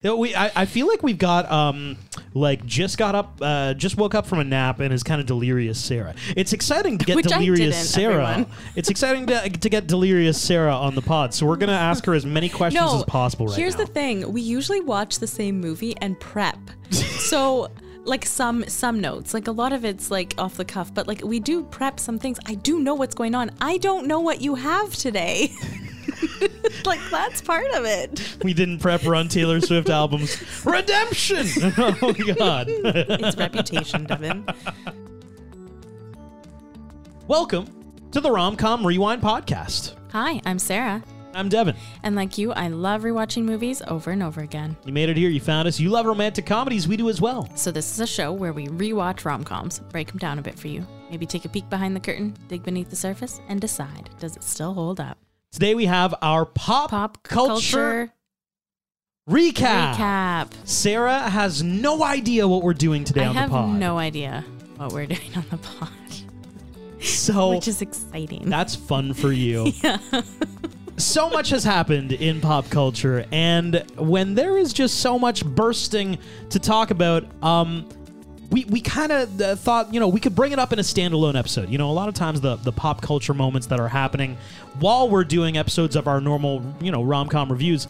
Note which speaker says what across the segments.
Speaker 1: Yeah, we, I, I feel like we've got um like just got up uh, just woke up from a nap and is kind of delirious Sarah. It's exciting to get
Speaker 2: Which I
Speaker 1: delirious
Speaker 2: didn't,
Speaker 1: Sarah.
Speaker 2: everyone.
Speaker 1: It's exciting to, to get delirious Sarah on the pod. So we're gonna ask her as many questions
Speaker 2: No,
Speaker 1: as possible right
Speaker 2: here's
Speaker 1: now.
Speaker 2: the thing: we usually watch the same movie and prep. so, like some some notes, like a lot of it's like off the cuff, but like we do prep some things. I do know what's going on. I don't know what you have today. like that's part of it.
Speaker 1: we didn't prep run Taylor Swift albums. Redemption. oh God.
Speaker 2: It's reputation, Devin.
Speaker 1: Welcome to the Romcom Rewind podcast.
Speaker 2: Hi, I'm Sarah,
Speaker 1: I'm Devin.
Speaker 2: and like you, I love rewatching movies over and over again.
Speaker 1: You made it here. You found us. You love romantic comedies. We do as well.
Speaker 2: So this is a show where we rewatch rom-coms, break them down a bit for you, maybe take a peek behind the curtain, dig beneath the surface, and decide does it still hold up.
Speaker 1: Today we have our pop,
Speaker 2: Pop
Speaker 1: culture,
Speaker 2: culture, recap.
Speaker 1: Sarah has no idea what we're doing today
Speaker 2: I
Speaker 1: on
Speaker 2: have
Speaker 1: the pod.
Speaker 2: no idea what we're doing on the pod,
Speaker 1: so
Speaker 2: which is exciting.
Speaker 1: that's fun for you. so much has happened in pop culture, and when there is just so much bursting to talk about, um, we, we kind of uh, thought you know we could bring it up in a standalone episode. You know, a lot of times the the pop culture moments that are happening while we're doing episodes of our normal you know rom com reviews,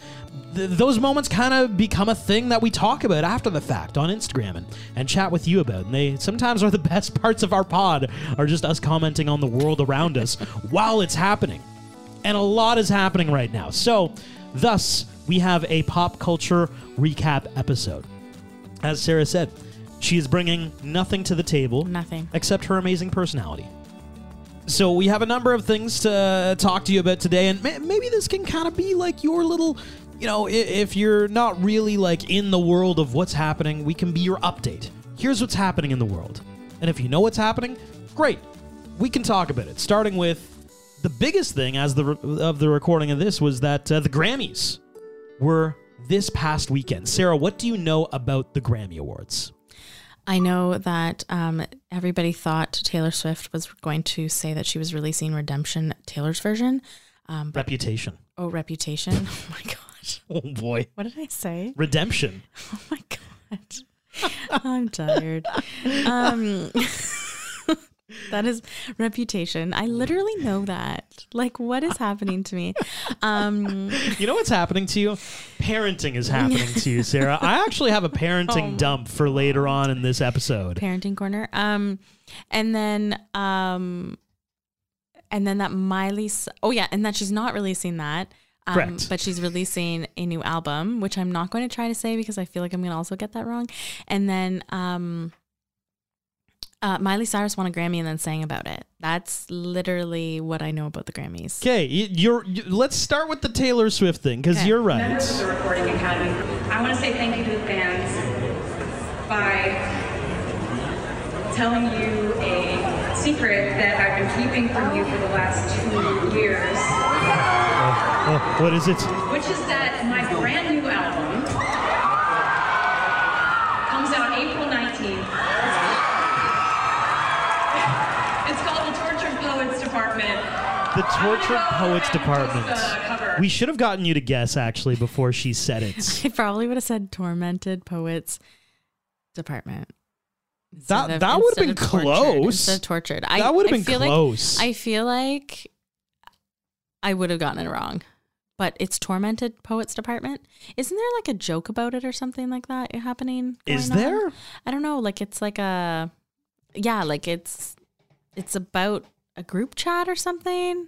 Speaker 1: th- those moments kind of become a thing that we talk about after the fact on Instagram and, and chat with you about. And they sometimes are the best parts of our pod are just us commenting on the world around us while it's happening and a lot is happening right now. So, thus, we have a pop culture recap episode. As Sarah said, she is bringing nothing to the table.
Speaker 2: Nothing.
Speaker 1: Except her amazing personality. So, we have a number of things to talk to you about today, and ma- maybe this can kind of be like your little. You know, i- if you're not really like in the world of what's happening, we can be your update. Here's what's happening in the world. And if you know what's happening, great. We can talk about it. Starting with the biggest thing as the of the recording of this was that uh, the Grammys were this past weekend. Sarah, what do you know about the Grammy Awards?
Speaker 2: I know that um, everybody thought Taylor Swift was going to say that she was releasing Redemption, Taylor's version. Um, but
Speaker 1: Reputation.
Speaker 2: oh, Reputation. Oh my gosh.
Speaker 1: Oh boy.
Speaker 2: What did I say?
Speaker 1: Redemption.
Speaker 2: Oh my god. I'm tired. Um That is reputation. I literally know that. Like what is happening to me? Um
Speaker 1: You know what's happening to you? Parenting is happening to you, Sarah. I actually have a
Speaker 2: Oh
Speaker 1: parenting dump for later on in this episode.
Speaker 2: parenting corner. Um and then um and then that Miley s- Oh yeah, and that she's not releasing that. Um,
Speaker 1: Correct.
Speaker 2: But she's releasing a new album, which I'm not going to try to say because I feel like I'm going to also get that wrong. And then um, uh, Miley Cyrus won a Grammy and then sang about it. That's literally what I know about the Grammys.
Speaker 1: Okay, y- you're you, let's start with the Taylor Swift thing cuz
Speaker 2: Okay.
Speaker 1: you're
Speaker 3: Members of
Speaker 1: right.
Speaker 3: the Recording Academy, I want to say thank you to the fans by telling you a secret that I've been keeping from you for the last two years,
Speaker 1: Oh, what is it?
Speaker 3: which is that my brand new album comes out April 19th. It's called The Tortured Poets Department.
Speaker 1: The tortured
Speaker 3: I'm gonna go
Speaker 1: poets
Speaker 3: and
Speaker 1: department.
Speaker 3: just, uh, cover.
Speaker 1: We should have gotten you to guess actually before she said it.
Speaker 2: I probably would have said tormented poets department.
Speaker 1: That
Speaker 2: of-
Speaker 1: that would have
Speaker 2: instead
Speaker 1: been
Speaker 2: of tortured-
Speaker 1: close.
Speaker 2: instead of tortured. I,
Speaker 1: That would've
Speaker 2: I
Speaker 1: been
Speaker 2: feel
Speaker 1: close.
Speaker 2: Like, I feel like I would have gotten it wrong. But it's tormented poets department. Isn't there like a joke about it or something like that happening?
Speaker 1: Is
Speaker 2: going on?
Speaker 1: there?
Speaker 2: I don't know. Like it's like a yeah, like it's it's about a group chat or something.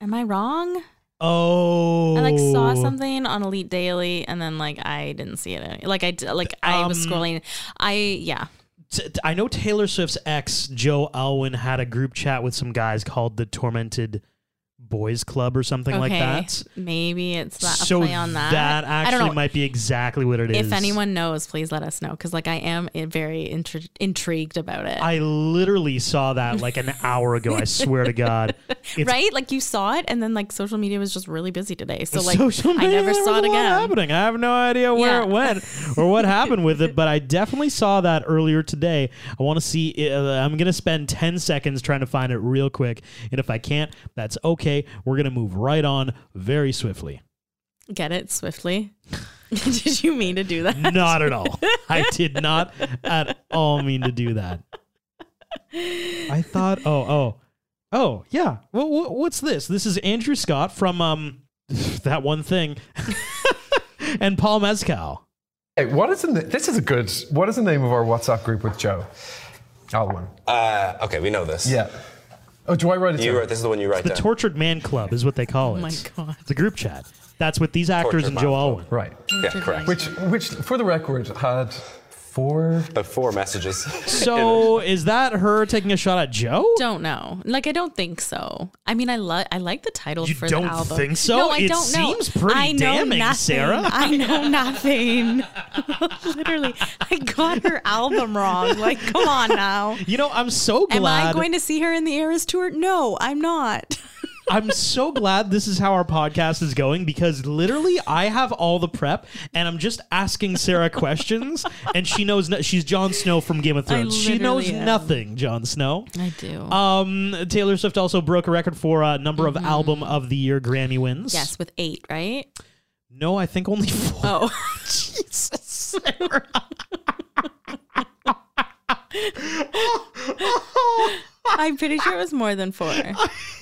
Speaker 2: Am I wrong?
Speaker 1: Oh,
Speaker 2: I like saw something on Elite Daily, and then like I didn't see it. any- Like I d- like I was
Speaker 1: Um,
Speaker 2: scrolling. I yeah.
Speaker 1: T- t- I know Taylor Swift's ex Joe Alwyn had a group chat with some guys called the Tormented Boys Club or something like that.
Speaker 2: Maybe it's that a
Speaker 1: so
Speaker 2: play on that.
Speaker 1: that
Speaker 2: I don't
Speaker 1: actually
Speaker 2: know.
Speaker 1: might be exactly what it is.
Speaker 2: if anyone knows, please let us know because like I am i- very intri- intrigued about it.
Speaker 1: I literally saw that like an hour ago. I swear to God, it's
Speaker 2: right? Like you saw it, and then like social media was just really busy today. So
Speaker 1: The
Speaker 2: like
Speaker 1: social
Speaker 2: I
Speaker 1: media,
Speaker 2: never
Speaker 1: there was
Speaker 2: saw it
Speaker 1: a lot
Speaker 2: again.
Speaker 1: Happening. I have no idea where
Speaker 2: Yeah.
Speaker 1: it went or what happened with it, but I definitely saw that earlier today. I want to see. Uh, I'm gonna spend ten seconds trying to find it real quick, and if I can't, that's okay. We're gonna move right on very swiftly.
Speaker 2: Get it swiftly. Did you mean to do that?
Speaker 1: Not at all. I did not at all mean to do that. I thought, oh, oh, oh, yeah. Well, wh- what's this? This is Andrew Scott from um that one thing, and Paul Mezcal.
Speaker 4: Hey, what is the, na- this is a good. What is the name of our WhatsApp group with Joe? Alwyn.
Speaker 5: Uh, okay, we know this.
Speaker 4: Yeah. Oh, do I write it?
Speaker 5: You
Speaker 4: down?
Speaker 5: wrote this is the one you write
Speaker 1: The
Speaker 5: down.
Speaker 1: Tortured Man Club is what they call it.
Speaker 2: Oh my God.
Speaker 1: The group chat. That's what these actors
Speaker 5: Tortured
Speaker 1: and
Speaker 5: Man
Speaker 1: Joe
Speaker 5: Club.
Speaker 1: Alwyn.
Speaker 4: Right.
Speaker 5: yeah, correct.
Speaker 4: Which, which, for the record, had four.
Speaker 5: But four messages.
Speaker 1: So is that her taking a shot at Joe?
Speaker 2: Don't know. Like I don't think so. I mean, I love I like the title
Speaker 1: You
Speaker 2: for
Speaker 1: don't
Speaker 2: the album.
Speaker 1: think so?
Speaker 2: No, I
Speaker 1: It
Speaker 2: don't know.
Speaker 1: seems pretty
Speaker 2: I know
Speaker 1: damning,
Speaker 2: nothing.
Speaker 1: Sarah.
Speaker 2: I know nothing. Literally, I got her album wrong. Like, come on now.
Speaker 1: You know, I'm so glad.
Speaker 2: Am I going to see her in the Eras tour? No, I'm not.
Speaker 1: I'm so glad this is how our podcast is going because literally I have all the prep and I'm just asking Sarah questions and she knows no- she's Jon Snow from Game of Thrones. She knows
Speaker 2: literally am.
Speaker 1: nothing, Jon Snow.
Speaker 2: I do.
Speaker 1: Um, Taylor Swift also broke a record for a number of album of the year Grammy wins.
Speaker 2: Mm-hmm. yes, with eight, right?
Speaker 1: No, I think only four.
Speaker 2: Oh,
Speaker 1: Jesus, Sarah.
Speaker 2: I'm pretty sure it was more than four.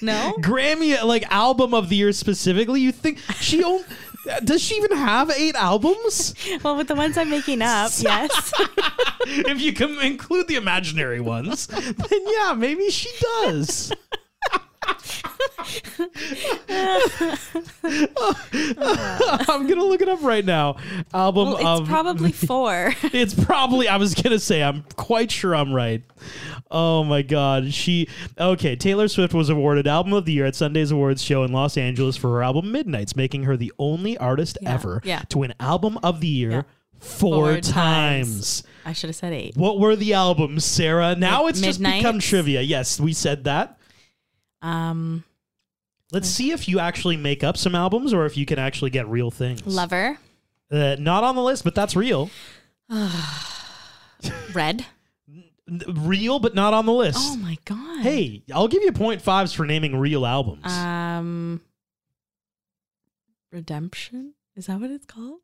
Speaker 2: No.
Speaker 1: Grammy like album of the year specifically. You think she own? Does she even have eight albums?
Speaker 2: Well, with the ones I'm making up, yes.
Speaker 1: if you can include the imaginary ones, then yeah, maybe she does. I'm gonna look it up right now. Album
Speaker 2: Well, it's
Speaker 1: of
Speaker 2: probably four.
Speaker 1: it's probably I was gonna say I'm quite sure I'm right. Oh my god. She okay, Taylor Swift was awarded Album of the Year at Sunday's awards show in Los Angeles for her album Midnights, making her the only artist ever
Speaker 2: yeah.
Speaker 1: to win Album of the Year
Speaker 2: Yeah.
Speaker 1: four,
Speaker 2: Four
Speaker 1: times.
Speaker 2: times. I should have said eight.
Speaker 1: What were the albums, Sarah? Now
Speaker 2: Mid-
Speaker 1: it's just become
Speaker 2: Midnights?
Speaker 1: trivia. Yes, we said that.
Speaker 2: Um,
Speaker 1: Let's see if you actually make up some albums or if you can actually get real things.
Speaker 2: lover,
Speaker 1: Uh, not on the list, but that's real.
Speaker 2: red.
Speaker 1: N- Real, but not on the list.
Speaker 2: Oh my god.
Speaker 1: Hey, I'll give you point fives for naming real albums.
Speaker 2: Um, redemption. Is that what it's called?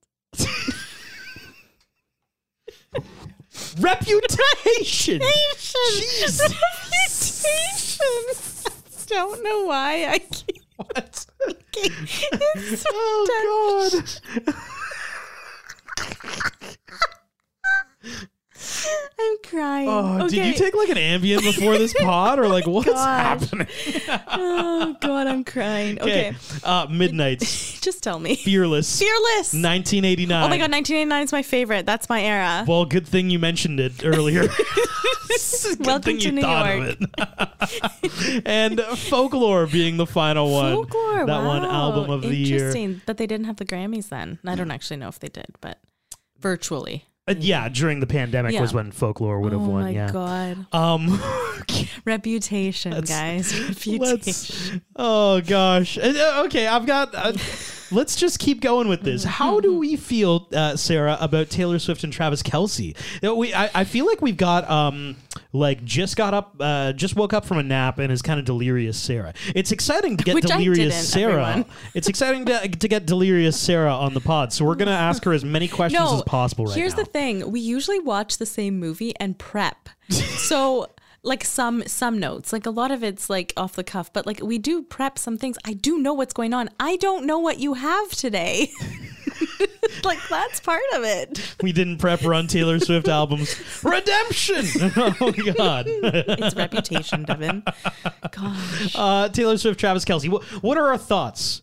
Speaker 1: Reputation.
Speaker 2: Reputation. Reputation. I don't know why I keep
Speaker 1: What?
Speaker 2: it's so
Speaker 1: Oh
Speaker 2: dumb.
Speaker 1: God.
Speaker 2: I'm crying.
Speaker 1: Oh,
Speaker 2: okay.
Speaker 1: Did you take like an Ambien before this pod, or like what's
Speaker 2: God.
Speaker 1: happening?
Speaker 2: Oh god, I'm crying. Okay,
Speaker 1: Uh, Midnight's
Speaker 2: just tell me.
Speaker 1: Fearless.
Speaker 2: Fearless.
Speaker 1: 1989.
Speaker 2: Oh my god, 1989 is my favorite. That's my era.
Speaker 1: Well, good thing you mentioned it earlier. good
Speaker 2: Welcome
Speaker 1: thing
Speaker 2: to
Speaker 1: you
Speaker 2: New
Speaker 1: thought
Speaker 2: York.
Speaker 1: of it. and folklore being the final one.
Speaker 2: Folklore,
Speaker 1: that one
Speaker 2: wow.
Speaker 1: album of the year.
Speaker 2: Interesting, but they didn't have the Grammys then. I don't actually know if they did, but virtually.
Speaker 1: Uh, yeah, during the pandemic
Speaker 2: Yeah.
Speaker 1: was when folklore would have
Speaker 2: oh
Speaker 1: won.
Speaker 2: my
Speaker 1: yeah.
Speaker 2: god,
Speaker 1: Um,
Speaker 2: reputation, guys, reputation.
Speaker 1: let's. Oh gosh. Uh, uh, Okay, I've got. Uh, let's just keep going with this. How do we feel, uh, Sarah, about Taylor Swift and Travis Kelsey? We, I, I feel like we've got um, like just got up, uh, just woke up from a nap and is kind of delirious, Sarah. It's exciting to get
Speaker 2: Which I
Speaker 1: delirious,
Speaker 2: didn't,
Speaker 1: Sarah.
Speaker 2: everyone.
Speaker 1: It's exciting to, to get delirious, Sarah, on the pod. So we're gonna ask her as many questions
Speaker 2: No,
Speaker 1: as possible right
Speaker 2: here's
Speaker 1: now.
Speaker 2: the thing: we usually watch the same movie and prep, so. Like some some notes, like a lot of it's like off the cuff, but like we do prep some things. I do know what's going on. I don't know what you have today. like that's part of it.
Speaker 1: we didn't prep her on Taylor Swift albums. Redemption. oh God.
Speaker 2: It's reputation, Devin. Gosh.
Speaker 1: Uh, Taylor Swift, Travis Kelsey. What, what are our thoughts?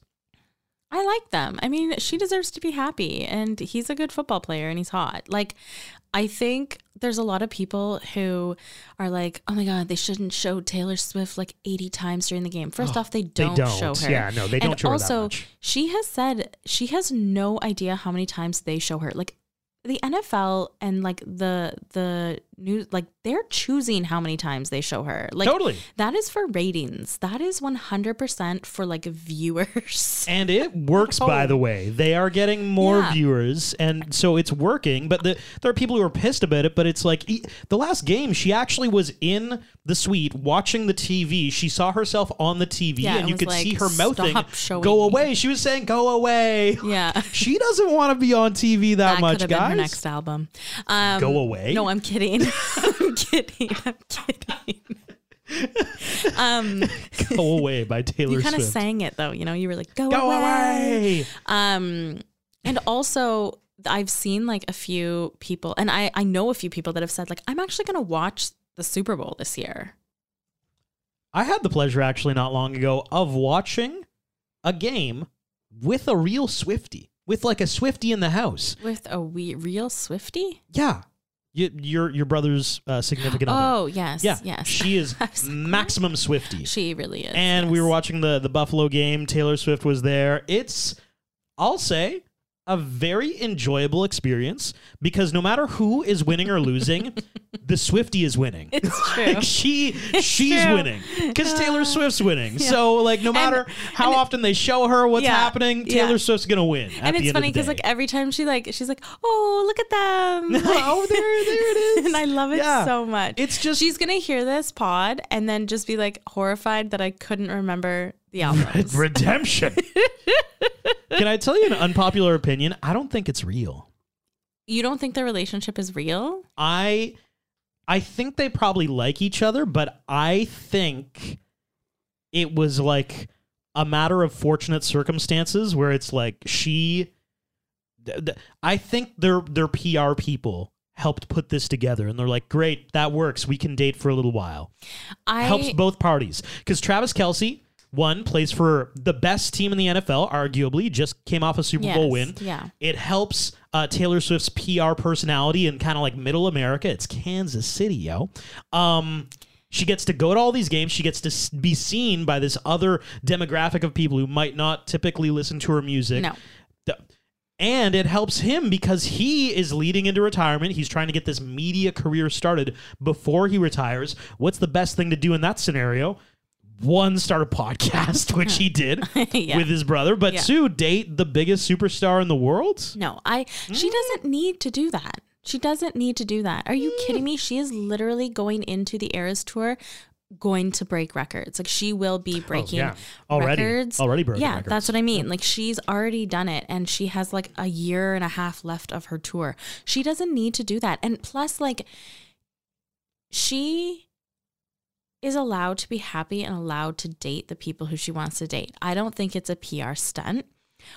Speaker 2: I like them. I mean, she deserves to be happy, and he's a good football player and he's hot. Like, I think there's a lot of people who are like, oh my God, they shouldn't show Taylor Swift like 80 times during the game. First off, they don't,
Speaker 1: don't.
Speaker 2: show her.
Speaker 1: Yeah, no, they
Speaker 2: And
Speaker 1: don't show her that
Speaker 2: also,
Speaker 1: much.
Speaker 2: she has said she has no idea how many times they show her. Like, the NFL and like the the news like they're choosing how many times they show her. Like
Speaker 1: Totally.
Speaker 2: that is for ratings. That is 100% for like viewers.
Speaker 1: And it works, by the way. They are getting more
Speaker 2: Oh. Yeah.
Speaker 1: viewers, and so it's working. But the, there are people who are pissed about it. But it's like e- the last game, she actually was in the suite watching the TV. She saw herself on the TV,
Speaker 2: Yeah,
Speaker 1: and
Speaker 2: it
Speaker 1: you
Speaker 2: was
Speaker 1: could
Speaker 2: like,
Speaker 1: see her
Speaker 2: "Stop
Speaker 1: mouthing,
Speaker 2: showing
Speaker 1: "Go
Speaker 2: me."
Speaker 1: away." She was saying, "Go away."
Speaker 2: Yeah.
Speaker 1: she doesn't want to be on TV that,
Speaker 2: That
Speaker 1: much,
Speaker 2: could have
Speaker 1: guys.
Speaker 2: been her next album. Um,
Speaker 1: Go away?
Speaker 2: No, I'm kidding. I'm kidding. I'm kidding. um,
Speaker 1: Go away by Taylor
Speaker 2: you kind of
Speaker 1: Swift.
Speaker 2: sang it though. You know, you were like, "Go,
Speaker 1: Go
Speaker 2: away.
Speaker 1: away.
Speaker 2: Um, and also I've seen like a few people, and I I know a few people that have said like I'm actually gonna watch the Super Bowl this year.
Speaker 1: I had the pleasure actually not long ago of watching a game with a real Swifty, with like a Swifty in the house.
Speaker 2: with a we- real Swifty.
Speaker 1: Yeah, y your your brother's uh, significant other.
Speaker 2: Oh yes,
Speaker 1: yeah,
Speaker 2: yes.
Speaker 1: She is
Speaker 2: I was like,
Speaker 1: maximum Swifty,
Speaker 2: she really is.
Speaker 1: and we were watching the the Buffalo game. Taylor Swift was there. It's, I'll say. A very enjoyable experience because no matter who is winning or losing, the Swifty is winning.
Speaker 2: It's true.
Speaker 1: she she's
Speaker 2: true. Uh,
Speaker 1: winning because Taylor Swift's winning. So like, no matter how often they show her what's
Speaker 2: Yeah,
Speaker 1: happening,
Speaker 2: yeah.
Speaker 1: Taylor Swift's gonna win. at
Speaker 2: and
Speaker 1: the
Speaker 2: it's
Speaker 1: end
Speaker 2: funny
Speaker 1: because
Speaker 2: because like every time she like she's like, oh look at them.
Speaker 1: oh there there it is,
Speaker 2: and I love it
Speaker 1: Yeah.
Speaker 2: so much.
Speaker 1: It's just
Speaker 2: she's gonna hear this pod and then just be like horrified that I couldn't remember the albums.
Speaker 1: redemption. Can I tell you an unpopular opinion? I don't think it's real.
Speaker 2: you don't think their relationship is real?
Speaker 1: I I think they probably like each other, but I think it was like a matter of fortunate circumstances where it's like she th- th- I think their their PR people helped put this together and they're like, "Great, that works. We can date for a little while."
Speaker 2: I
Speaker 1: Helps both parties cuz Travis Kelsey one plays for the best team in the NFL, arguably, just came off a Super Bowl
Speaker 2: Yes,
Speaker 1: win.
Speaker 2: yeah.
Speaker 1: It helps uh, Taylor Swift's PR personality in kind of like middle America. It's Kansas City, yo. Um, she gets to go to all these games. She gets to s- be seen by this other demographic of people who might not typically listen to her music.
Speaker 2: No.
Speaker 1: The- and it helps him because he is leading into retirement. He's trying to get this media career started before he retires. What's the best thing to do in that scenario? One, start a podcast, which he did
Speaker 2: Yeah.
Speaker 1: with his brother, but
Speaker 2: Yeah.
Speaker 1: two, date the biggest superstar in the world.
Speaker 2: No, I she
Speaker 1: Mm.
Speaker 2: doesn't need to do that. She doesn't need to do that. Are you
Speaker 1: Mm.
Speaker 2: kidding me? She is literally going into the Eras tour going to break records. Like she will be breaking
Speaker 1: Oh, yeah. Already-
Speaker 2: records.
Speaker 1: already broken
Speaker 2: Yeah,
Speaker 1: records.
Speaker 2: that's what I mean. Like she's already done it and she has like a year and a half left of her tour. She doesn't need to do that. And plus like she is allowed to be happy and allowed to date the people who she wants to date. I don't think it's a PR stunt.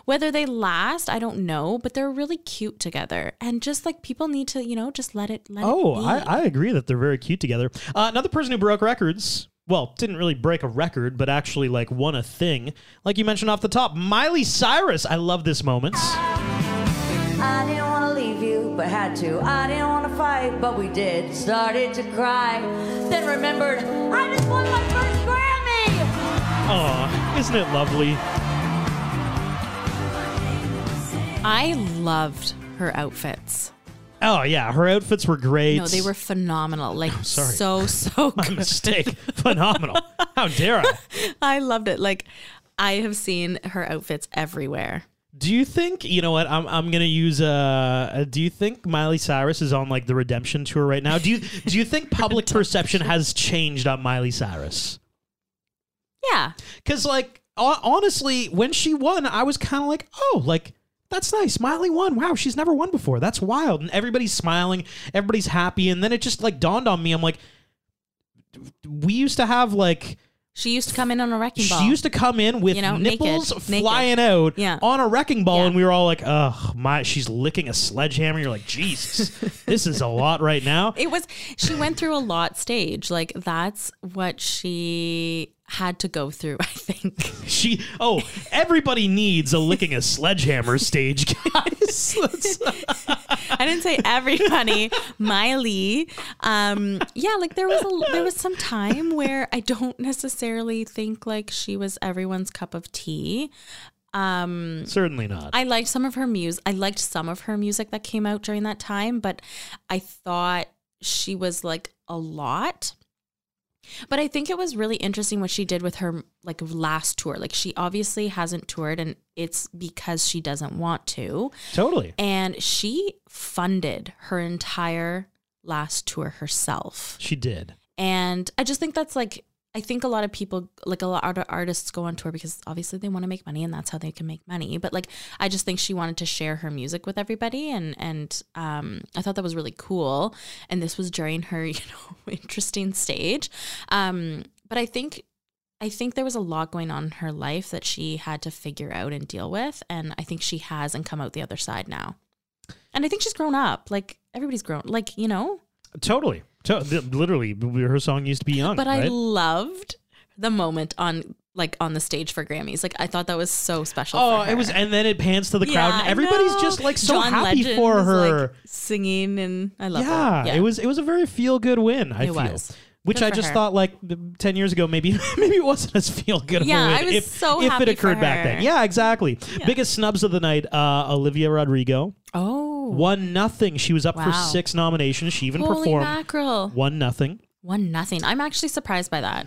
Speaker 2: Whether they last, I don't know, but they're really cute together. And just like people need to, you know, just let it let
Speaker 1: Oh,
Speaker 2: it be.
Speaker 1: I, I agree that they're very cute together. Uh, another person who broke records, well, didn't really break a record, but actually like won a thing. Like you mentioned off the top, Miley Cyrus. I love this moment.
Speaker 6: I didn't want to leave you, but had to. I didn't want to fight, but we did. Started to cry, then remembered I just won my first Grammy.
Speaker 1: Aw, isn't it lovely?
Speaker 2: I loved her outfits.
Speaker 1: Oh yeah, her outfits were great.
Speaker 2: No, they were phenomenal. Like
Speaker 1: sorry.
Speaker 2: so so
Speaker 1: my
Speaker 2: good.
Speaker 1: mistake. Phenomenal. How dare I?
Speaker 2: I loved it. Like I have seen her outfits everywhere.
Speaker 1: Do you think you know what I'm? I'm gonna use uh, uh, Do you think Miley Cyrus is on like the redemption tour right now? Do you do you think public perception has changed on Miley Cyrus?
Speaker 2: Yeah.
Speaker 1: Because like ho- honestly, when she won, I was kind of like, oh, like that's nice. Miley won. Wow, she's never won before. That's wild. And everybody's smiling, everybody's happy. And then it just like dawned on me. I'm like, we used to have like
Speaker 2: She used to come in on a wrecking ball.
Speaker 1: she used to come in with
Speaker 2: You know, naked,
Speaker 1: nipples
Speaker 2: naked.
Speaker 1: flying out
Speaker 2: Yeah.
Speaker 1: on a wrecking ball,
Speaker 2: Yeah.
Speaker 1: and we were all like, "Ugh, my, she's licking a sledgehammer." You're like, "Jesus, this is a lot right now."
Speaker 2: it was she went through a lot stage. Like that's what she had to go through, I think.
Speaker 1: She, oh, everybody needs a licking a sledgehammer stage, guys. That's- uh,
Speaker 2: I didn't say everybody, Miley. Um, yeah, like there was a, there was some time where I don't necessarily think like she was everyone's cup of tea.
Speaker 1: Certainly not.
Speaker 2: I liked some of her music. I liked some of her music that came out during that time, but I thought she was like a lot. But I think it was really interesting what she did with her like last tour. Like she obviously hasn't toured and it's because she doesn't want to.
Speaker 1: totally.
Speaker 2: And she funded her entire last tour herself.
Speaker 1: She did.
Speaker 2: And I just think that's like I think a lot of people like a lot of artists go on tour because obviously they want to make money and that's how they can make money. But like I just think she wanted to share her music with everybody and and um I thought that was really cool. And this was during her, you know, interesting stage. Um but I think I think there was a lot going on in her life that she had to figure out and deal with and I think she has and come out the other side now. And I think she's grown up. Like everybody's grown like, you know,
Speaker 1: Totally. To- th- literally, her song used to be young.
Speaker 2: But
Speaker 1: right?
Speaker 2: I loved the moment on like on the stage for Grammys. Like I thought that was so special.
Speaker 1: Oh,
Speaker 2: for her.
Speaker 1: it was, and then it pans to the crowd,
Speaker 2: Yeah,
Speaker 1: and
Speaker 2: I
Speaker 1: everybody's
Speaker 2: know.
Speaker 1: just like so
Speaker 2: John
Speaker 1: happy
Speaker 2: Legend
Speaker 1: for
Speaker 2: was,
Speaker 1: her.
Speaker 2: like, singing, and I love
Speaker 1: yeah,
Speaker 2: it.
Speaker 1: it was it was a very feel good win. I
Speaker 2: It
Speaker 1: feel,
Speaker 2: was.
Speaker 1: which
Speaker 2: Good
Speaker 1: I
Speaker 2: for
Speaker 1: just
Speaker 2: her.
Speaker 1: thought like th- ten years ago, maybe maybe it wasn't as feel good.
Speaker 2: Yeah,
Speaker 1: of a win
Speaker 2: I was
Speaker 1: if,
Speaker 2: so
Speaker 1: if
Speaker 2: happy
Speaker 1: it
Speaker 2: for
Speaker 1: occurred back then.
Speaker 2: her.
Speaker 1: Yeah, exactly. Biggest snubs of the night: uh, Olivia Rodrigo
Speaker 2: Oh,
Speaker 1: won nothing. She was up for
Speaker 2: Wow.
Speaker 1: six nominations. She even
Speaker 2: holy
Speaker 1: performed
Speaker 2: mackerel!
Speaker 1: one nothing.
Speaker 2: One nothing. I'm actually surprised by that.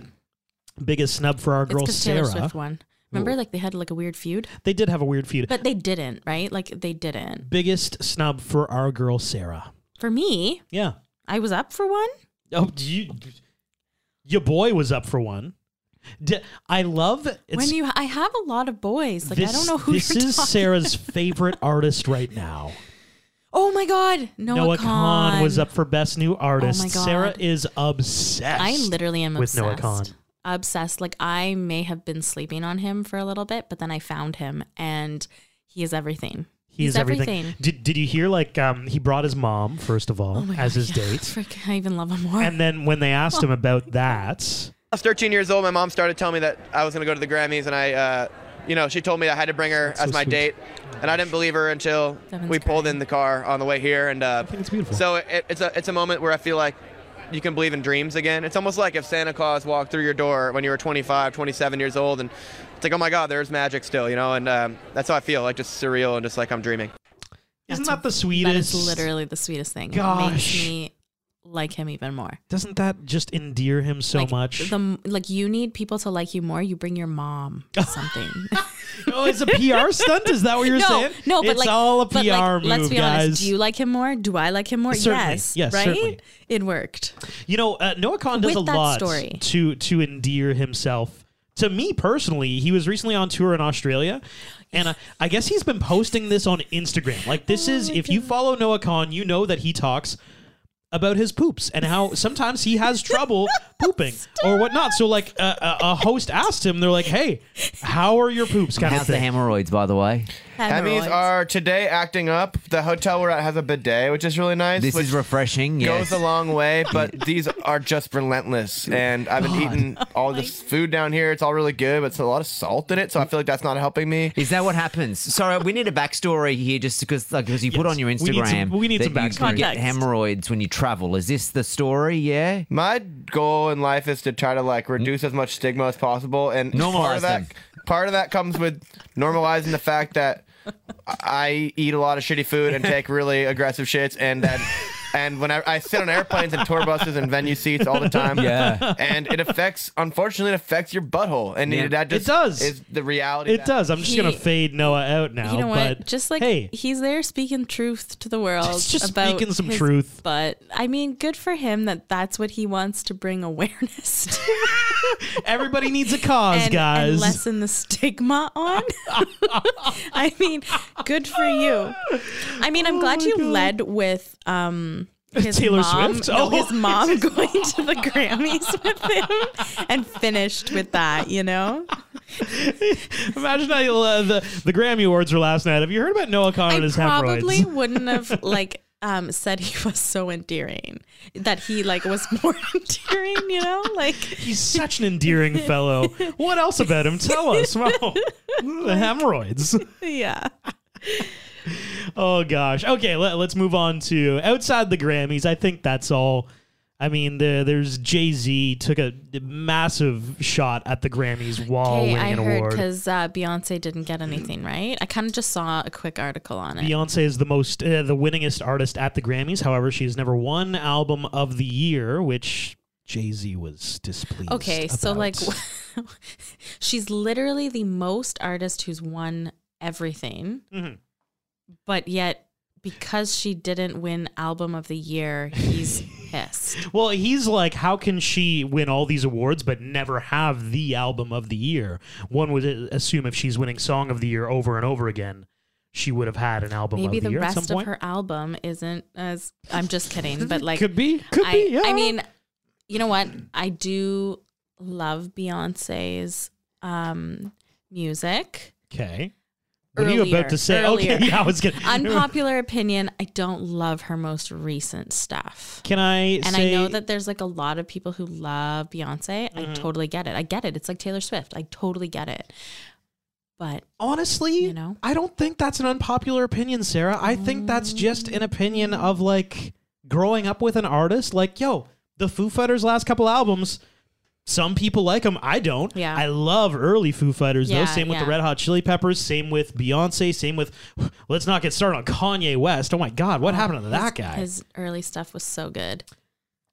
Speaker 1: Biggest snub for our
Speaker 2: It's
Speaker 1: girl
Speaker 2: because Taylor
Speaker 1: Sarah.
Speaker 2: Swift won. Remember, like they had like a weird feud,
Speaker 1: They did have a weird feud.
Speaker 2: but they didn't, right? Like they didn't.
Speaker 1: Biggest snub for our girl Sarah.
Speaker 2: For me,
Speaker 1: Yeah.
Speaker 2: I was up for one.
Speaker 1: Oh, do you, your boy was up for one. D- I love it's,
Speaker 2: when you, I have a lot of boys. Like I don't know who
Speaker 1: This
Speaker 2: you're
Speaker 1: is
Speaker 2: talking-
Speaker 1: Sarah's favorite artist right now.
Speaker 2: Oh my God, Noah,
Speaker 1: Noah
Speaker 2: Kahn.
Speaker 1: Khan was up for best new artist.
Speaker 2: Oh God.
Speaker 1: Sarah is obsessed.
Speaker 2: I literally am
Speaker 1: with
Speaker 2: obsessed.
Speaker 1: Noah Kahn.
Speaker 2: Obsessed. Like I may have been sleeping on him for a little bit, but then I found him and he is everything.
Speaker 1: He is everything. Did, did you hear? Like, um, he brought his mom first of
Speaker 2: Oh
Speaker 1: all as his date,
Speaker 2: Frick, I even love him more.
Speaker 1: and then when they asked him about that,
Speaker 7: I was 13 years old. My mom started telling me that I was going to go to the Grammys, and I, uh, you know, she told me I had to bring her as my date, and I didn't believe her until
Speaker 2: Devin's
Speaker 7: we pulled
Speaker 2: crying.
Speaker 7: in the car on the way here. And uh, I
Speaker 1: think it's beautiful.
Speaker 7: So it, it's a it's a moment where I feel like you can believe in dreams again. It's almost like if Santa Claus walked through your door when you were 25, 27 years old, and it's like, oh my God, there's magic still, you know. And um, that's how I feel, like just surreal and just like I'm dreaming.
Speaker 1: isn't that the
Speaker 2: that
Speaker 1: sweetest?
Speaker 2: is literally the sweetest thing. It
Speaker 1: Gosh.
Speaker 2: makes me like him even more.
Speaker 1: Doesn't that just endear him so
Speaker 2: Like,
Speaker 1: much?
Speaker 2: The, like you need people to like you more. You bring your mom something.
Speaker 1: oh, it's a PR stunt. Is that what you're
Speaker 2: no,
Speaker 1: saying?
Speaker 2: no, but
Speaker 1: it's
Speaker 2: like,
Speaker 1: all a PR
Speaker 2: but like,
Speaker 1: move,
Speaker 2: Let's be
Speaker 1: guys.
Speaker 2: honest. Do you like him more? Do I like him more?
Speaker 1: Certainly.
Speaker 2: Yes.
Speaker 1: Yes,
Speaker 2: Right.
Speaker 1: certainly.
Speaker 2: It worked.
Speaker 1: You know, uh, Noah Khan does
Speaker 2: With
Speaker 1: a
Speaker 2: that
Speaker 1: lot
Speaker 2: story.
Speaker 1: to to endear himself. To me personally, he was recently on tour in Australia, and I, I guess he's been posting this on Instagram. Like
Speaker 2: Oh
Speaker 1: this is, if you follow Noah Khan, you know that he talks about his poops and how sometimes he has trouble pooping or whatnot. So like a, a, a host asked him, they're like, "Hey, how are your poops?" Kind of
Speaker 8: How's the
Speaker 1: thing.
Speaker 8: hemorrhoids, by the way?
Speaker 2: Hemorrhoids.
Speaker 7: Emmys are today acting up. The hotel we're at has a bidet, which is really nice.
Speaker 8: This
Speaker 7: which
Speaker 8: is refreshing. Yes.
Speaker 7: Goes a long way, but these are just relentless. And I've been eating all this food down here. It's all really good, but it's a lot of salt in it, so I feel like that's not helping me.
Speaker 8: Is that what happens? Sorry, we need a backstory here, just because like because you put
Speaker 1: Yes.
Speaker 8: on your
Speaker 1: We need some-
Speaker 8: Instagram,
Speaker 1: we need
Speaker 8: that
Speaker 1: some
Speaker 8: you-
Speaker 1: backstory.
Speaker 8: You get
Speaker 2: Context.
Speaker 8: hemorrhoids when you travel. Is this the story? Yeah.
Speaker 7: My goal in life is to try to like reduce as much stigma as possible, and part
Speaker 8: Mm. Normalize
Speaker 7: of that
Speaker 8: them.
Speaker 7: part of that comes with normalizing the fact that I eat a lot of shitty food and take really aggressive shits, and that and when I, I sit on airplanes and tour buses and venue seats all the time,
Speaker 8: Yeah.
Speaker 7: and it affects unfortunately it affects your butthole, and
Speaker 8: Yeah.
Speaker 7: that just
Speaker 1: It does.
Speaker 7: is the reality.
Speaker 1: It
Speaker 7: that-
Speaker 1: does. I'm just
Speaker 2: He-
Speaker 1: gonna fade Noah out now.
Speaker 2: You know
Speaker 1: but
Speaker 2: what? Just like
Speaker 1: hey,
Speaker 2: he's there speaking truth to the world.
Speaker 1: Just- just
Speaker 2: about
Speaker 1: speaking some
Speaker 2: his
Speaker 1: truth.
Speaker 2: But I mean, good for him that that's what he wants to bring awareness to
Speaker 1: everybody needs a cause,
Speaker 2: and,
Speaker 1: guys.
Speaker 2: and lessen the stigma on. I mean, good for you. I mean, I'm glad you led with um his
Speaker 1: Oh Taylor
Speaker 2: mom,
Speaker 1: Swift?
Speaker 2: no,
Speaker 1: Oh.
Speaker 2: his mom going to the Grammys with him, and finished with that. You know,
Speaker 1: Imagine how you'll, uh, the the Grammy Awards were last night. Have you heard about Noah Khan and
Speaker 2: I
Speaker 1: his
Speaker 2: probably
Speaker 1: hemorrhoids?
Speaker 2: wouldn't have like um, said he was so endearing that he like was more endearing, you know, like
Speaker 1: He's such an endearing fellow. What else about him? Tell us. Well, the hemorrhoids.
Speaker 2: yeah.
Speaker 1: Oh gosh. Okay, let, us move on to outside the Grammys. I think that's all I mean, the, there's Jay Z took a massive shot at the Grammys while
Speaker 2: Okay,
Speaker 1: winning
Speaker 2: I
Speaker 1: an
Speaker 2: heard
Speaker 1: award.
Speaker 2: because uh, Beyonce didn't get anything, right? I kind of just saw a quick article on it.
Speaker 1: Beyonce is the most uh, the winningest artist at the Grammys. However, she has never won album of the year, which Jay Z was displeased.
Speaker 2: Okay, so
Speaker 1: about.
Speaker 2: like, she's literally the most artist who's won everything,
Speaker 1: Mm-hmm.
Speaker 2: but yet because she didn't win album of the year, he's pissed.
Speaker 1: well, he's like, how can she win all these awards but never have the album of the year? One would uh, assume if she's winning song of the year over and over again, she would have had an album
Speaker 2: Maybe
Speaker 1: of the,
Speaker 2: the
Speaker 1: year at
Speaker 2: rest
Speaker 1: some
Speaker 2: of
Speaker 1: point.
Speaker 2: her album isn't as. I'm just kidding, but like,
Speaker 1: could be, could
Speaker 2: I,
Speaker 1: be. Yeah.
Speaker 2: I mean, you know what? I do love Beyonce's um, music.
Speaker 1: okay. What are you
Speaker 2: earlier-
Speaker 1: about to say?
Speaker 2: earlier.
Speaker 1: Okay, yeah, I was gonna.
Speaker 2: Unpopular opinion. I don't love her most recent stuff.
Speaker 1: Can I?
Speaker 2: And
Speaker 1: say, Mm-hmm.
Speaker 2: I know that there's like a lot of people who love Beyonce. I totally get it. I get it. It's like Taylor Swift. I totally get it. But
Speaker 1: honestly,
Speaker 2: You know?
Speaker 1: I don't think that's an unpopular opinion, Sarah. I think that's just an opinion of like growing up with an artist. Like, yo, the Foo Fighters' last couple albums. Some people like them. I don't.
Speaker 2: Yeah.
Speaker 1: I love early Foo Fighters though.
Speaker 2: Yeah,
Speaker 1: Same with the
Speaker 2: yeah.
Speaker 1: Red Hot Chili Peppers. Same with Beyonce. Same with. Let's not get started on Kanye West. Oh my God, what happened to that guy?
Speaker 2: his early stuff was so good.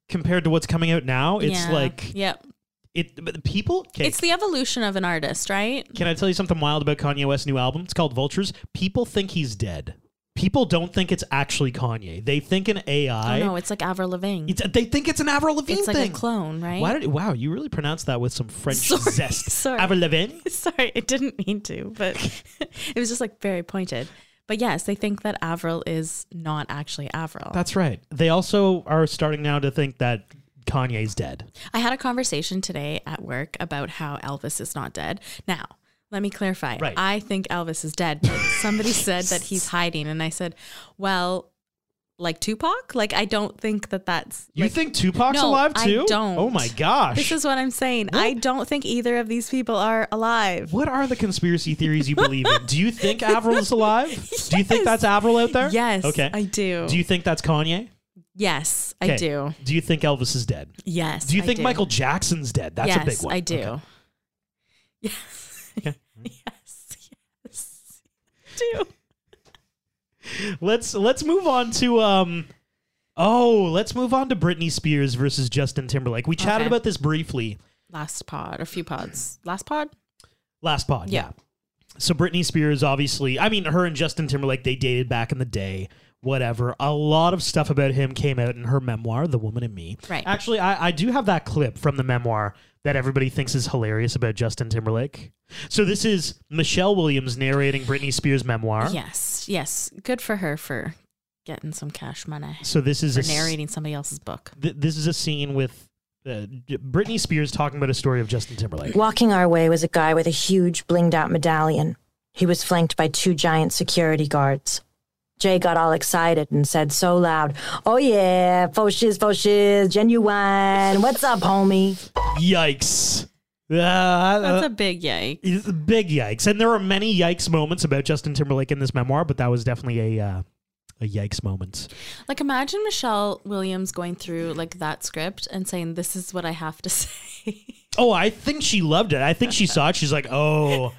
Speaker 1: Compared to what's coming out now, it's
Speaker 2: Yeah.
Speaker 1: like
Speaker 2: Yep.
Speaker 1: it. But the people. 'kay,
Speaker 2: It's the evolution of an artist, right?
Speaker 1: Can I tell you something wild about Kanye West's new album? It's called Vultures. People think he's dead. People don't think it's actually Kanye. They think an AI.
Speaker 2: oh no, it's like Avril Lavigne. It's,
Speaker 1: It's- they think it's an Avril Lavigne
Speaker 2: like
Speaker 1: thing.
Speaker 2: a clone, right?
Speaker 1: Why did wow? You really pronounced that with some French
Speaker 2: Sorry,
Speaker 1: zest.
Speaker 2: sorry.
Speaker 1: Avril Lavigne.
Speaker 2: Sorry, it didn't mean to, but it was just like very pointed. But yes, they think that Avril is not actually Avril.
Speaker 1: That's right. They also are starting now to think that Kanye's dead.
Speaker 2: I had a conversation today at work about how Elvis is not dead. Now, let me clarify.
Speaker 1: Right.
Speaker 2: I think Elvis is dead, but somebody said that he's hiding. And I said, well, like Tupac? Like, I don't think that that's.
Speaker 1: You
Speaker 2: like-
Speaker 1: think Tupac's
Speaker 2: No,
Speaker 1: alive
Speaker 2: I
Speaker 1: too?
Speaker 2: don't.
Speaker 1: Oh my gosh.
Speaker 2: This is what I'm saying. I don't think either of these people are alive.
Speaker 1: what are the conspiracy theories you believe in? Do you think Avril's alive? Do you think
Speaker 2: Yes.
Speaker 1: that's Avril out there?
Speaker 2: Yes,
Speaker 1: Okay.
Speaker 2: I do.
Speaker 1: Do you think that's Kanye?
Speaker 2: Yes, I
Speaker 1: Okay.
Speaker 2: do.
Speaker 1: Do you think Elvis is dead?
Speaker 2: Yes.
Speaker 1: Do you
Speaker 2: I
Speaker 1: think Michael Jackson's dead? That's
Speaker 2: yes,
Speaker 1: a big one.
Speaker 2: I do.
Speaker 1: Okay.
Speaker 2: Yes.
Speaker 1: Okay.
Speaker 2: yes. Yes. I do.
Speaker 1: Let's let's move on to um Oh, let's move on to Britney Spears versus Justin Timberlake. We chatted
Speaker 2: Okay.
Speaker 1: about this briefly
Speaker 2: Last pod or few pods. Last pod?
Speaker 1: last pod.
Speaker 2: Yeah.
Speaker 1: So Britney Spears obviously, I mean her and Justin Timberlake they dated back in the day, whatever. A lot of stuff about him came out in her memoir, The Woman in Me.
Speaker 2: Right.
Speaker 1: Actually, I, I do have that clip from the memoir that everybody thinks is hilarious about Justin Timberlake. So this is Michelle Williams narrating Britney Spears' memoir.
Speaker 2: Yes, yes. Good for her for getting some cash money
Speaker 1: So this is
Speaker 2: for
Speaker 1: a s-
Speaker 2: narrating somebody else's book.
Speaker 1: th- this is a scene with uh, J- Britney Spears talking about a story of Justin Timberlake.
Speaker 9: Walking our way was a guy with a huge blinged out medallion. He was flanked by two giant security guards. Jay got all excited and said so loud, Oh yeah, faux shiz, faux shiz, genuine. What's up, homie?
Speaker 1: Yikes! Uh,
Speaker 2: That's a big yike.
Speaker 1: it's big yikes, and there are many yikes moments about Justin Timberlake in this memoir, but that was definitely a uh, a yikes moment.
Speaker 2: Like imagine Michelle Williams going through like that script and saying, "This is what I have to say."
Speaker 1: Oh, I think she loved it. I think she saw it. She's like, oh.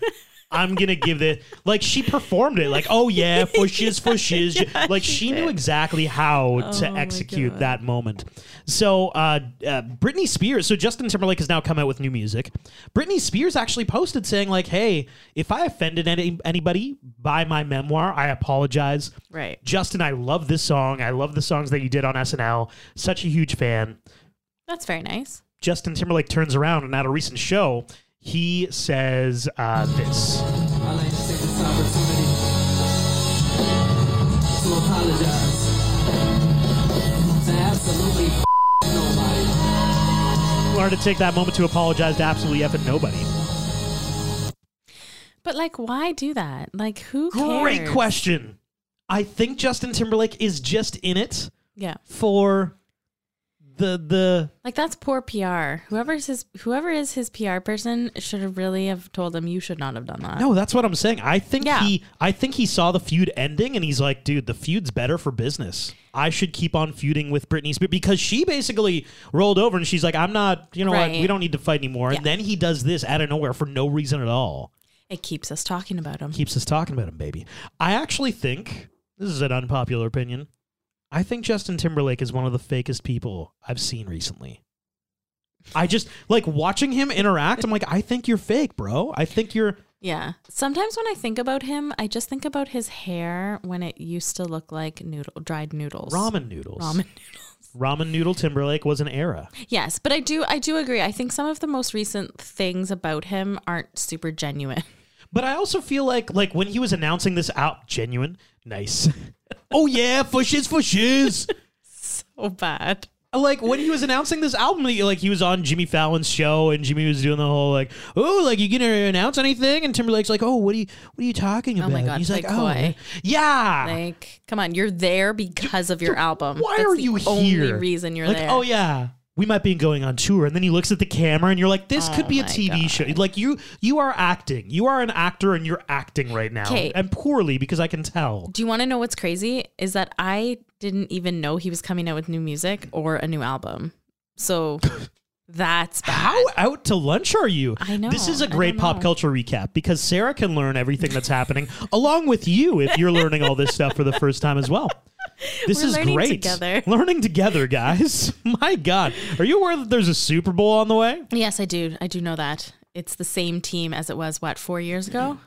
Speaker 1: I'm gonna give this like she performed it like oh yeah for shiz for shiz like she knew exactly how to execute that moment. So uh, uh, Britney Spears, so Justin Timberlake has now come out with new music. Britney Spears actually posted saying like, hey, if I offended any- anybody by my memoir, I apologize.
Speaker 2: right.
Speaker 1: Justin, I love this song. I love the songs that you did on SNL. Such a huge fan.
Speaker 2: That's very nice.
Speaker 1: Justin Timberlake turns around and at a recent show, he says uh, this.
Speaker 10: I'd like to take this opportunity to apologize to absolutely nobody.
Speaker 1: Wanted to take that moment to apologize to absolutely effing nobody.
Speaker 2: But like, why do that? Like, who?
Speaker 1: Great
Speaker 2: cares?
Speaker 1: question. I think Justin Timberlake is just in it
Speaker 2: Yeah.
Speaker 1: for the the
Speaker 2: Like that's poor PR. Whoever's his whoever is his PR person should have really have told him you should not have done that.
Speaker 1: No, that's what I'm saying. I think
Speaker 2: Yeah.
Speaker 1: he I think he saw the feud ending and he's like, dude, the feud's better for business. I should keep on feuding with Britney Spears because she basically rolled over and she's like, I'm not, you know what,
Speaker 2: Right.
Speaker 1: we don't need to fight anymore. And then he does this out of nowhere for no reason at all.
Speaker 2: It keeps us talking about him.
Speaker 1: Keeps us talking about him, baby. I actually think this is an unpopular opinion. I think Justin Timberlake is one of the fakest people I've seen recently. I just like watching him interact. I'm like, I think you're fake, bro. I think you're
Speaker 2: Yeah. Sometimes when I think about him, I just think about his hair when it used to look like noodle dried noodles.
Speaker 1: ramen noodles.
Speaker 2: Ramen.
Speaker 1: Ramen noodle Timberlake was an era.
Speaker 2: Yes, but I do I do agree. I think some of the most recent things about him aren't super genuine.
Speaker 1: But I also feel like like when he was announcing this out, genuine, nice. oh yeah, fushes, fushes.
Speaker 2: so Oh, bad.
Speaker 1: Like when he was announcing this album, he- like he was on Jimmy Fallon's show, and Jimmy was doing the whole like, "Oh, like you gonna announce anything?" And Timberlake's like, "Oh, what are you, what are you talking
Speaker 2: Oh
Speaker 1: about?"
Speaker 2: my God,
Speaker 1: And he's
Speaker 2: play
Speaker 1: like, "Oh,
Speaker 2: coy."
Speaker 1: yeah."
Speaker 2: Like, come on, you're there because of your album.
Speaker 1: Ah. Why
Speaker 2: That's
Speaker 1: are
Speaker 2: the
Speaker 1: you
Speaker 2: Only
Speaker 1: here?
Speaker 2: reason you're
Speaker 1: like,
Speaker 2: there.
Speaker 1: oh yeah, we might be going on tour, and then he looks at the camera, and you're like, this could
Speaker 2: Oh
Speaker 1: be a
Speaker 2: my
Speaker 1: TV show. Like you, you are acting. You are an actor, and you're acting right now,
Speaker 2: 'Kay.
Speaker 1: and poorly because I can tell.
Speaker 2: Do you want to know what's crazy? Is that I didn't even know he was coming out with new music or a new album. So that's bad.
Speaker 1: How out to lunch are you?
Speaker 2: I know,
Speaker 1: This is a
Speaker 2: I
Speaker 1: great
Speaker 2: don't
Speaker 1: pop
Speaker 2: know.
Speaker 1: culture recap because Sarah can learn everything that's happening along with you if you're learning all this stuff for the first time as well. This
Speaker 2: We're
Speaker 1: is
Speaker 2: learning
Speaker 1: great.
Speaker 2: together.
Speaker 1: Learning together, guys. My God. Are you aware that there's a Super Bowl on the way?
Speaker 2: Yes, I do. I do know that. It's the same team as it was, what, four years ago?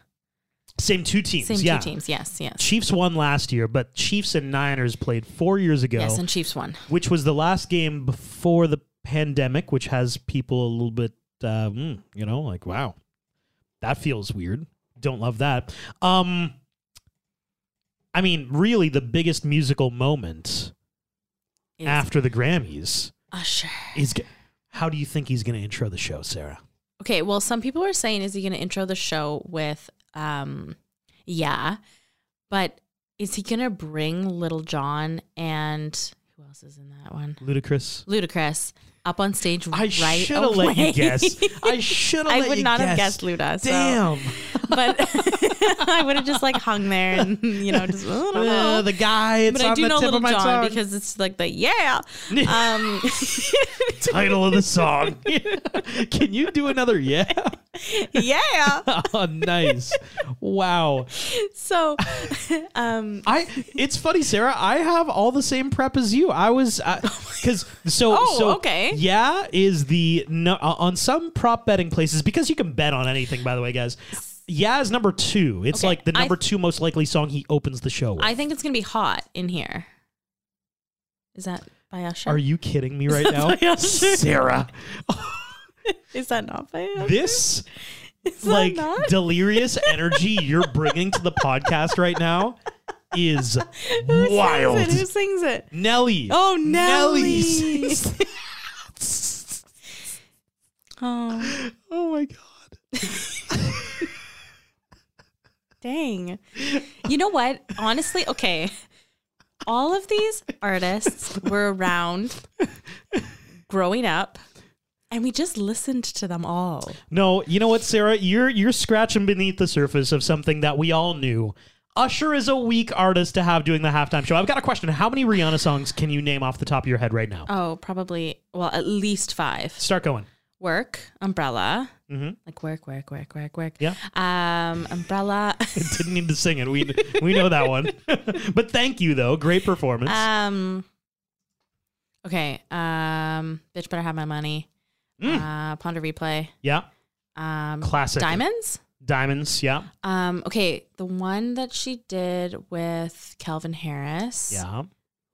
Speaker 1: Same two teams.
Speaker 2: Same
Speaker 1: yeah.
Speaker 2: two teams. Yes, yes.
Speaker 1: Chiefs won last year, but Chiefs and Niners played four years ago,
Speaker 2: Yes, and Chiefs won.
Speaker 1: which was the last game before the pandemic, which has people a little bit, uh, mm, you know, like, wow, that feels weird. Don't love that. Um, I mean, really, the biggest musical moment
Speaker 2: Is
Speaker 1: after the Grammys
Speaker 2: Usher.
Speaker 1: is. g- How do you think he's going to intro the show, Sarah?
Speaker 2: Okay, well, some people are saying, is he going to intro the show with, um, yeah, but is he going to bring Little John and who else is in that one?
Speaker 1: Ludicrous.
Speaker 2: Ludacris up on stage
Speaker 1: I
Speaker 2: right
Speaker 1: should have let
Speaker 2: away.
Speaker 1: you guess. I should have.
Speaker 2: I
Speaker 1: let
Speaker 2: would
Speaker 1: you
Speaker 2: not have
Speaker 1: guess.
Speaker 2: guessed Luda, so-
Speaker 1: Damn.
Speaker 2: but I would have just like hung there and you know just I don't know.
Speaker 1: Uh, the guy. It's
Speaker 2: but
Speaker 1: on
Speaker 2: I do
Speaker 1: the
Speaker 2: know
Speaker 1: tip
Speaker 2: Little
Speaker 1: of my
Speaker 2: John
Speaker 1: tongue.
Speaker 2: because it's like the yeah. Um,
Speaker 1: title of the song. Can you do another? Yeah.
Speaker 2: yeah.
Speaker 1: Oh, nice. Wow.
Speaker 2: So um
Speaker 1: I. It's funny, Sarah. I have all the same prep as you. I was because so
Speaker 2: Oh,
Speaker 1: so
Speaker 2: okay.
Speaker 1: Yeah, is the no, uh, on some prop betting places because you can bet on anything. By the way, guys. Yeah is number two. It's
Speaker 2: Okay,
Speaker 1: like the
Speaker 2: I-
Speaker 1: number two most likely song he opens the show with.
Speaker 2: I think it's gonna be hot in here. Is that by Usher?
Speaker 1: Are you kidding me right now, Sarah?
Speaker 2: Is that not by Usher?
Speaker 1: This
Speaker 2: Is that
Speaker 1: like
Speaker 2: not?
Speaker 1: delirious energy you're bringing to the podcast right now is
Speaker 2: Who
Speaker 1: wild.
Speaker 2: Sings it? Who sings it?
Speaker 1: Nelly.
Speaker 2: Oh, Nelly.
Speaker 1: sings-
Speaker 2: Oh
Speaker 1: oh my god.
Speaker 2: dang! You know what? Honestly, okay. All of these artists were around growing up, and we just listened to them all.
Speaker 1: No, you know what, Sarah? You're you're scratching beneath the surface of something that we all knew. Usher is a weak artist to have doing the halftime show. I've got a question. How many Rihanna songs can you name off the top of your head right now?
Speaker 2: Oh, probably. Well, at least five. Mm-hmm.
Speaker 1: Start going.
Speaker 2: Work, umbrella,
Speaker 1: Mhm.
Speaker 2: like work, work, work, work, work.
Speaker 1: Yeah.
Speaker 2: Um, umbrella.
Speaker 1: Didn't need to sing it. We we know that one. but thank you though. Great performance.
Speaker 2: um. Okay. Um. Bitch, better have my money. Uh, ponder replay.
Speaker 1: yeah.
Speaker 2: Um.
Speaker 1: Classic.
Speaker 2: Diamonds.
Speaker 1: Diamonds. Yeah.
Speaker 2: Um. Okay. The one that she did with Calvin Harris.
Speaker 1: Yeah.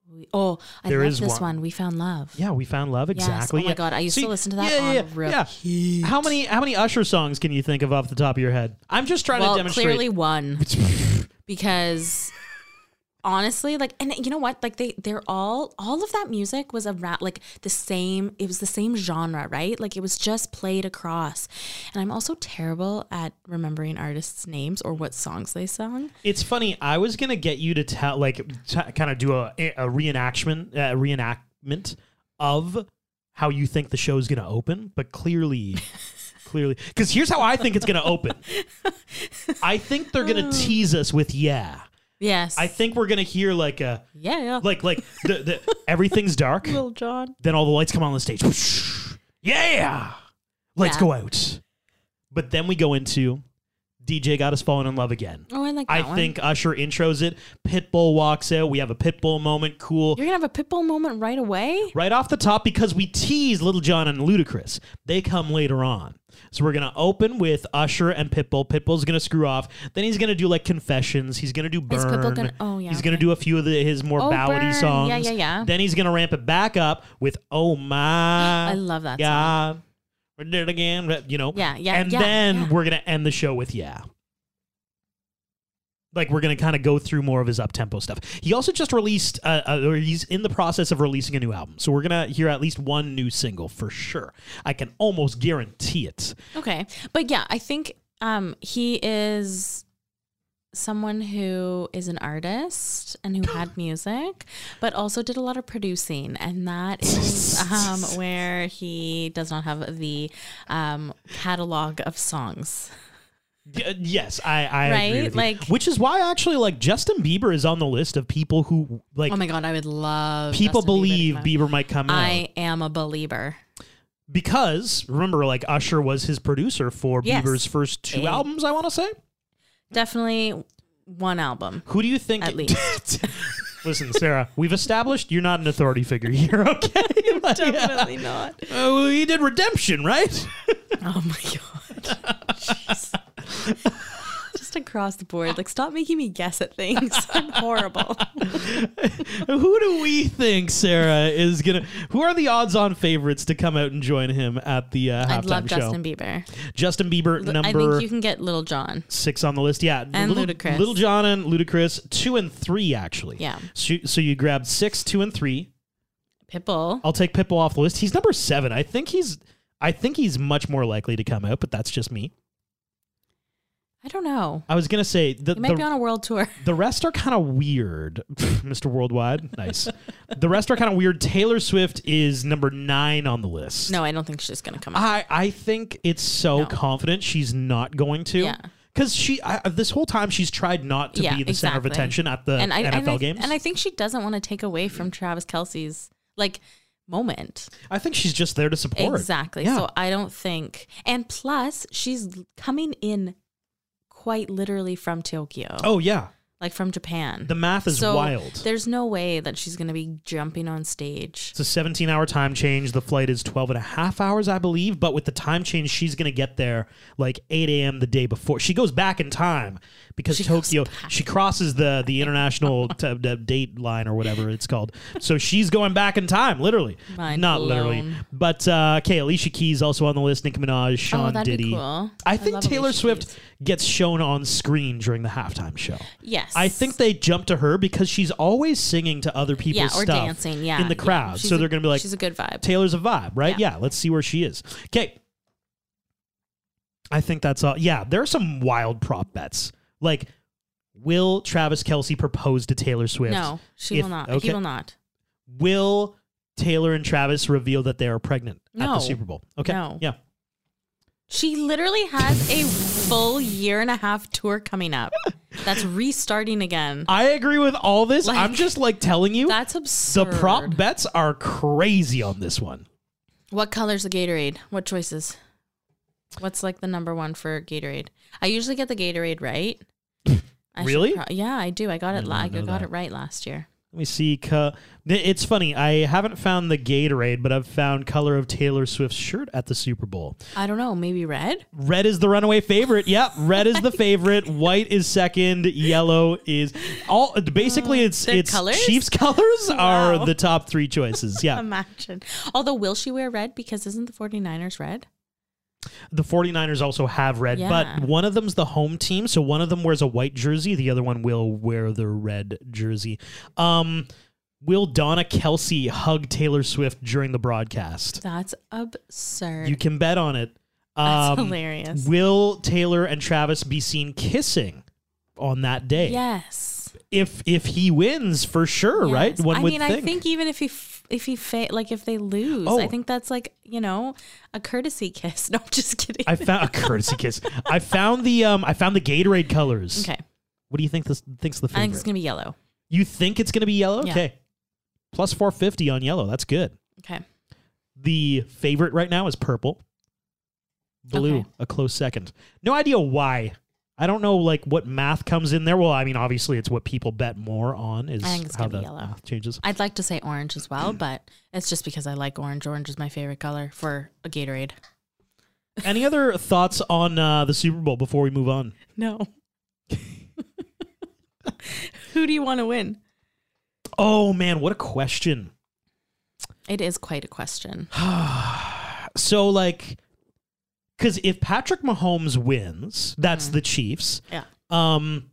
Speaker 2: We- oh, I
Speaker 1: There
Speaker 2: love
Speaker 1: is
Speaker 2: this
Speaker 1: one.
Speaker 2: one. We found love.
Speaker 1: Yeah, we found love
Speaker 2: Yes.
Speaker 1: exactly.
Speaker 2: Oh my
Speaker 1: Yeah.
Speaker 2: God, I used to listen to that on repeat.
Speaker 1: How many how many Usher songs can you think of off the top of your head? I'm just trying to
Speaker 2: well,
Speaker 1: demonstrate.
Speaker 2: clearly one because honestly, like, and you know what? Like they, they're all, all of that music was around like the same, it was the same genre, right? Like it was just played across. And I'm also terrible at remembering artists' names or what songs they sung.
Speaker 1: It's funny. I was gonna get you to tell, like, t- kind of do a, a reenactment, uh, reenactment of how you think the show's going to open, but clearly, clearly, because here's how I think it's going to open. I think they're
Speaker 2: Oh.
Speaker 1: going to tease us with yeah.
Speaker 2: Yes.
Speaker 1: I think we're going to hear like a
Speaker 2: yeah, yeah.
Speaker 1: like like the, the everything's dark.
Speaker 2: Little John.
Speaker 1: Then all the lights come on the stage. yeah, let's
Speaker 2: Yeah.
Speaker 1: go out. But then we go into DJ got us falling in love again.
Speaker 2: Oh, I like that
Speaker 1: I
Speaker 2: one.
Speaker 1: think Usher intros it. Pitbull walks out. We have a Pitbull moment. Cool.
Speaker 2: You're going to have a pitbull moment right away?
Speaker 1: Right off the top, because we tease Little John and Ludacris, they come later on. So we're gonna open with Usher and Pitbull. Pitbull's gonna screw off. Then he's gonna do like confessions. He's gonna do burn.
Speaker 2: Is Pitbull gonna- oh, yeah,
Speaker 1: He's gonna do a few of the, his more
Speaker 2: Oh,
Speaker 1: ballady
Speaker 2: Burn.
Speaker 1: songs.
Speaker 2: Yeah, yeah, yeah.
Speaker 1: Then he's gonna ramp it back up with Oh My.
Speaker 2: I love that
Speaker 1: Yeah. We did it again. You know.
Speaker 2: Yeah, yeah,
Speaker 1: And
Speaker 2: yeah,
Speaker 1: then we're gonna end the show with Yeah. Like we're gonna kind of go through more of his up tempo stuff. He also just released, uh, uh, or he's in the process of releasing a new album. So we're gonna hear at least one new single for sure. I can almost guarantee it.
Speaker 2: Okay. But yeah, I think um he is someone who is an artist and who had music, but also did a lot of producing. And that is um where he does not have the um catalog of songs.
Speaker 1: Y- uh, yes, I, I agree
Speaker 2: Right?
Speaker 1: with you.
Speaker 2: Like-
Speaker 1: which is why actually, like Justin Bieber is on the list of people who like
Speaker 2: oh my god, I would love
Speaker 1: people
Speaker 2: Justin
Speaker 1: believe
Speaker 2: Bieber. to come out.
Speaker 1: Bieber might come out.
Speaker 2: I am a believer.
Speaker 1: because remember, like Usher was his producer for
Speaker 2: Yes.
Speaker 1: Bieber's first two
Speaker 2: Eh.
Speaker 1: albums. I want to say.
Speaker 2: Definitely one album.
Speaker 1: Who do you think?
Speaker 2: At least.
Speaker 1: Listen, Sarah, we've established you're not an authority figure here. Okay, Like, yeah.
Speaker 2: Definitely not.
Speaker 1: Uh, well, he did Redemption, right?
Speaker 2: Oh my god. Just across the board. Like stop making me guess at things. I'm horrible.
Speaker 1: who do we think Sarah is gonna? Who are the odds-on favorites to come out and join him at the uh, halftime
Speaker 2: I'd love
Speaker 1: show?
Speaker 2: Justin Bieber.
Speaker 1: Justin Bieber,
Speaker 2: L-
Speaker 1: number
Speaker 2: I think you can get Little John.
Speaker 1: six on the list. Yeah,
Speaker 2: And
Speaker 1: Little,
Speaker 2: Ludacris.
Speaker 1: Little John and Ludacris, two and three actually.
Speaker 2: Yeah.
Speaker 1: So, so you grabbed six, two, and three.
Speaker 2: Pitbull.
Speaker 1: I'll take Pitbull off the list. He's number seven. I think he's. I think he's much more likely to come out, but that's just me.
Speaker 2: I don't know.
Speaker 1: I was gonna say the
Speaker 2: He might
Speaker 1: the,
Speaker 2: be on a world tour.
Speaker 1: the rest are kind of weird, Mr. Worldwide. Nice. the rest are kind of weird. Taylor Swift is number nine on the list.
Speaker 2: No, I don't think she's gonna come out.
Speaker 1: I, I think it's so confident she's not going to.
Speaker 2: Yeah.
Speaker 1: Because she, I, this whole time, she's tried not to be the center of
Speaker 2: exactly.
Speaker 1: attention at the
Speaker 2: and I,
Speaker 1: NFL
Speaker 2: and I,
Speaker 1: games.
Speaker 2: And I think she doesn't want to take away from Travis Kelsey's like moment.
Speaker 1: I think she's just there to support.
Speaker 2: Exactly.
Speaker 1: Yeah.
Speaker 2: So I don't think. And plus, she's coming in quite literally from Tokyo.
Speaker 1: oh yeah,
Speaker 2: like from Japan.
Speaker 1: The math is
Speaker 2: So
Speaker 1: wild.
Speaker 2: There's no way that she's going to be jumping on stage.
Speaker 1: it's a 17-hour time change. The flight is 12 and a half hours, I believe. But with the time change, she's going to get there like 8 a.m. the day before. She goes back in time because Tokyo. She crosses the the international t- d- date line or whatever it's called. So she's going back in time, literally.
Speaker 2: Mind
Speaker 1: Not
Speaker 2: blown. Oh,
Speaker 1: literally. But uh, okay, Alicia Keys also on the list. Nicki Minaj, Sean
Speaker 2: that'd be
Speaker 1: Diddy.
Speaker 2: cool.
Speaker 1: I
Speaker 2: I
Speaker 1: think
Speaker 2: love
Speaker 1: Taylor
Speaker 2: Alicia
Speaker 1: Swift gets shown on screen during the halftime show.
Speaker 2: Yes.
Speaker 1: I think they jump to her because she's always singing to other people's
Speaker 2: yeah, or
Speaker 1: stuff
Speaker 2: dancing, yeah,
Speaker 1: in the
Speaker 2: yeah.
Speaker 1: crowd.
Speaker 2: She's
Speaker 1: So
Speaker 2: a-
Speaker 1: they're going to be like,
Speaker 2: she's a good vibe.
Speaker 1: Taylor's a vibe, right? Yeah. let's see where she is. Okay. I think that's all. Yeah, there are some wild prop bets. Like, will Travis Kelsey propose to Taylor Swift?
Speaker 2: no, she
Speaker 1: If-
Speaker 2: will not.
Speaker 1: okay.
Speaker 2: He will not.
Speaker 1: Will Taylor and Travis reveal that they are pregnant at the
Speaker 2: No.
Speaker 1: Super Bowl? Okay.
Speaker 2: No.
Speaker 1: Yeah.
Speaker 2: She literally has a full year and a half tour coming up. That's restarting again.
Speaker 1: I agree with all this.
Speaker 2: Like,
Speaker 1: I'm just like telling you
Speaker 2: That's
Speaker 1: the
Speaker 2: absurd.
Speaker 1: prop bets are crazy on this one.
Speaker 2: What color's the Gatorade? What choices? What's like the number one for Gatorade? I usually get the Gatorade right. I should
Speaker 1: Really?
Speaker 2: pro- yeah, I do. I got it. la- I
Speaker 1: know
Speaker 2: got
Speaker 1: that.
Speaker 2: it right last year.
Speaker 1: Let me see. co- It's funny. I haven't found the Gatorade, but I've found color of Taylor Swift's shirt at the Super Bowl.
Speaker 2: I don't know. Maybe red.
Speaker 1: Red is the runaway favorite. Yep, red is the favorite. White is second. Yellow is all. Basically, it's
Speaker 2: their
Speaker 1: it's
Speaker 2: colours?
Speaker 1: Chiefs colors are
Speaker 2: Wow.
Speaker 1: the top three choices. Yeah,
Speaker 2: Imagine. Although, will she wear red? Because isn't the 49ers red?
Speaker 1: the 49ers also have red,
Speaker 2: Yeah.
Speaker 1: but one of them's the home team, so one of them wears a white jersey. The other one will wear the red jersey. Um, will Donna Kelsey hug Taylor Swift during the broadcast?
Speaker 2: That's absurd.
Speaker 1: You can bet on it.
Speaker 2: That's
Speaker 1: Um,
Speaker 2: hilarious.
Speaker 1: Will Taylor and Travis be seen kissing on that day?
Speaker 2: Yes.
Speaker 1: if if he wins for sure, right?
Speaker 2: Yes.
Speaker 1: One
Speaker 2: I
Speaker 1: would
Speaker 2: mean,
Speaker 1: think.
Speaker 2: I think even if he f- if he fa- like if they lose.
Speaker 1: Oh.
Speaker 2: I think that's like you know a courtesy kiss. No, I'm just kidding.
Speaker 1: I found a courtesy kiss. I found the um I found the Gatorade colors.
Speaker 2: Okay.
Speaker 1: What do you think this thinks the favorite?
Speaker 2: I think it's gonna be yellow.
Speaker 1: you think it's gonna be yellow?
Speaker 2: Yeah.
Speaker 1: Okay. Plus four fifty on yellow. That's good.
Speaker 2: Okay.
Speaker 1: The favorite right now is purple. Blue,
Speaker 2: Okay.
Speaker 1: a close second. No idea why. I don't know like what math comes in there. Well, I mean, obviously it's what people bet more on is
Speaker 2: I think it's
Speaker 1: how
Speaker 2: gonna be
Speaker 1: the
Speaker 2: yellow.
Speaker 1: math changes.
Speaker 2: I'd like to say orange as well, but it's just because I like orange. Orange is my favorite color for a Gatorade.
Speaker 1: Any other thoughts on uh, the Super Bowl before we move on?
Speaker 2: No. Who do you want to win?
Speaker 1: Oh man, what a question.
Speaker 2: It is quite a question.
Speaker 1: So like cuz if Patrick Mahomes wins,
Speaker 2: Hmm.
Speaker 1: that's the Chiefs.
Speaker 2: Yeah.
Speaker 1: Um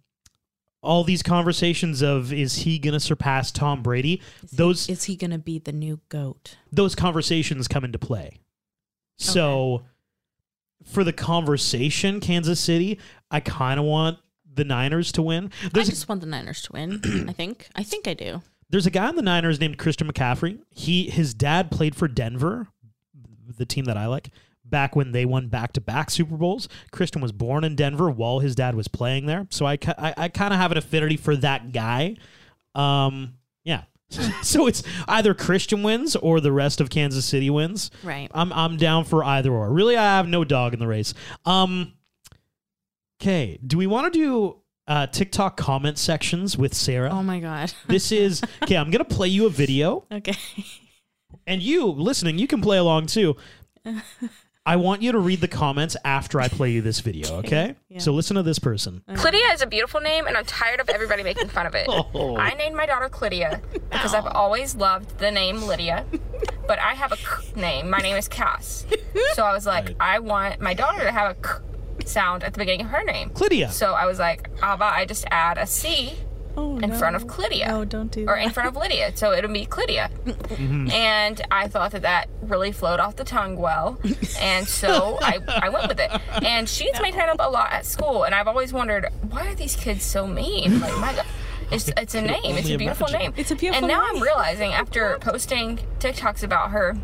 Speaker 1: all these conversations of is he going to surpass Tom Brady? Those
Speaker 2: Is he going to be the new goat?
Speaker 1: those conversations come into play. So for the conversation Kansas City, I kind of want the Niners to win. There's
Speaker 2: I
Speaker 1: a-
Speaker 2: just want the Niners to win. I think. I think I do.
Speaker 1: There's a guy on the Niners named Christian McCaffrey. He his dad played for Denver, the team that I like, back when they won back to back Super Bowls. Christian was born in Denver while his dad was playing there, so I ki- I, I kind of have an affinity for that guy. Um, yeah. so it's either Christian wins or the rest of Kansas City wins.
Speaker 2: Right.
Speaker 1: I'm I'm down for either or. Really, I have no dog in the race. Um. Okay. Do we want to do uh, TikTok comment sections with Sarah?
Speaker 2: Oh my god.
Speaker 1: This is okay. I'm gonna play you a video,
Speaker 2: Okay.
Speaker 1: and you listening, you can play along too. I want you to read the comments after I play you this video, okay? So listen to this person.
Speaker 11: Clitia is a beautiful name, and I'm tired of everybody making fun of it.
Speaker 1: Oh.
Speaker 11: I named my daughter Clitia because I've always loved the name Lydia, but I have a k name. My name is Cass. So I was like, I want my daughter to have a k sound at the beginning of her name.
Speaker 1: Clitia.
Speaker 11: So I was like, how about I just add a C in front of Clitia?
Speaker 2: Oh, No, don't do
Speaker 11: Or in front of Lydia, so it'll be Clitia.
Speaker 2: Mm-hmm.
Speaker 11: And I thought that that really flowed off the tongue well. And so I, I went with it. And she's made fun of a lot at school. And I've always wondered, why are these kids so mean? Like, my God. It's, it's a
Speaker 2: could
Speaker 11: name. It's
Speaker 2: only
Speaker 11: a beautiful
Speaker 2: imagine.
Speaker 11: name.
Speaker 2: It's a beautiful
Speaker 11: And now
Speaker 2: name.
Speaker 11: I'm realizing after posting TikToks about her,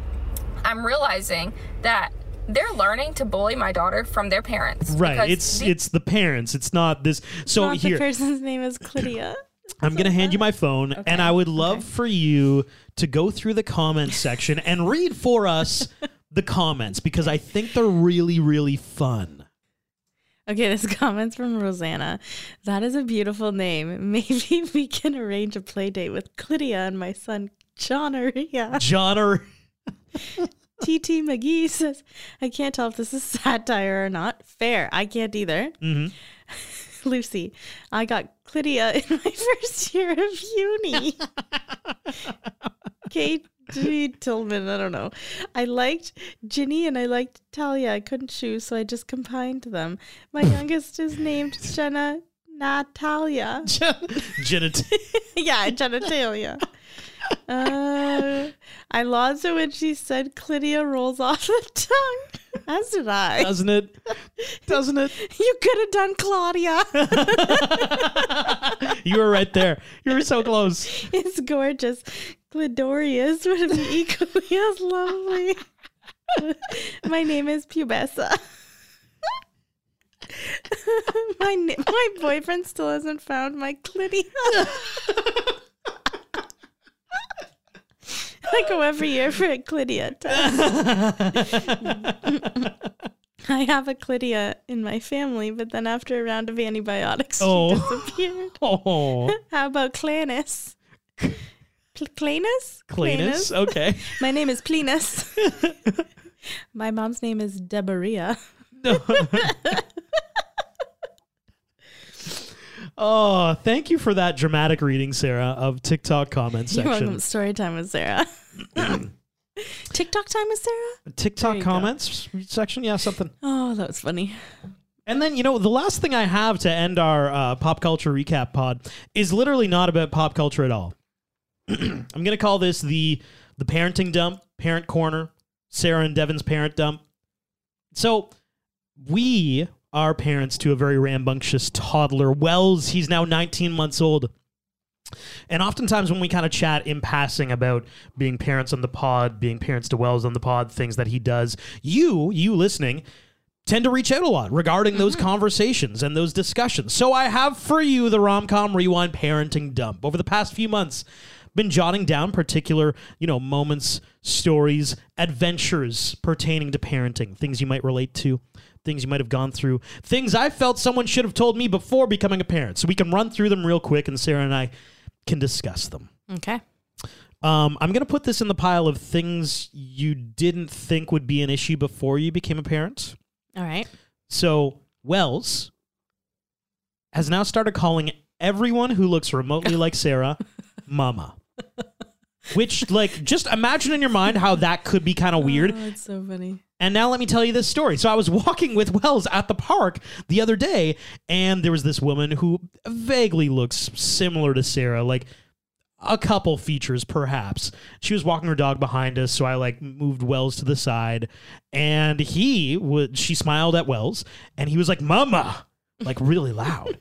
Speaker 11: I'm realizing that they're learning to bully my daughter from their parents.
Speaker 1: Right.
Speaker 11: because
Speaker 1: It's
Speaker 11: the-
Speaker 1: it's the parents. It's not this. So
Speaker 2: Not the
Speaker 1: here,
Speaker 2: person's name is Clydia.
Speaker 1: I'm gonna hand you my phone, and I would love for you to go through the comments section and read for us the comments because I think they're really really fun.
Speaker 2: Okay, this comment's from Rosanna. That is a beautiful name. Maybe we can arrange a play date with Clydia and my son John Aria.
Speaker 1: John or
Speaker 2: TT McGee says, I can't tell if this is satire or not. Fair. I can't either.
Speaker 1: Mhm.
Speaker 2: Lucy, I got Clydia in my first year of uni. Katie Tillman, I don't know. I liked Ginny and I liked Talia. I couldn't choose, so I just combined them. My youngest is named Jenna Natalia.
Speaker 1: Genit-
Speaker 2: yeah, genitalia. Uh, I lost it when she said Clydia rolls off the tongue. As did I.
Speaker 1: doesn't it? Doesn't it?
Speaker 2: You could have done Claudia.
Speaker 1: You were right there. You were so close.
Speaker 2: it's gorgeous. Glidorius would be equally as lovely. my name is Pubessa. my na- my boyfriend still hasn't found my Clydia. I go every year for a Clydia test. I have a Clydia in my family, but then after a round of antibiotics,
Speaker 1: Oh.
Speaker 2: she disappeared.
Speaker 1: Oh,
Speaker 2: How about Clanus? Pl- Clanus?
Speaker 1: Cleanus. Okay.
Speaker 2: My name is Plinus. My mom's name is Deborah.
Speaker 1: Oh, thank you for that dramatic reading, Sarah, of TikTok comment
Speaker 2: You're welcome.
Speaker 1: section.
Speaker 2: Story time with Sarah. TikTok time with Sarah?
Speaker 1: TikTok
Speaker 2: you go.
Speaker 1: comments section. Yeah, something.
Speaker 2: Oh, that was funny.
Speaker 1: And then, you know, the last thing I have to end our uh, pop culture recap pod is literally not about pop culture at all. I'm going to call this the the parenting dump, parent corner, Sarah and Devin's parent dump. So we are parents to a very rambunctious toddler, Wells. He's now 19 months old. And oftentimes, when we kind of chat in passing about being parents on the pod, being parents to Wells on the pod, things that he does, you, you listening, tend to reach out a lot regarding those conversations and those discussions. So I have for you the Romcom Rewind Parenting Dump. Over the past few months, been jotting down particular, you know, moments, stories, adventures pertaining to parenting, things you might relate to, things you might have gone through, things I felt someone should have told me before becoming a parent. So we can run through them real quick and Sarah and I can discuss them.
Speaker 2: Okay.
Speaker 1: Um, I'm going to put this in the pile of things you didn't think would be an issue before you became a parent.
Speaker 2: All right.
Speaker 1: So Wells has now started calling everyone who looks remotely like Sarah mama. Which, like, just imagine in your mind how that could be kind of weird.
Speaker 2: Oh, it's so funny.
Speaker 1: And now let me tell you this story. So I was walking with Wells at the park the other day, and there was this woman who vaguely looks similar to Sarah, like a couple features perhaps. She was walking her dog behind us, so I like moved Wells to the side, and he would. She smiled at Wells, and he was like, "Mama," like really loud.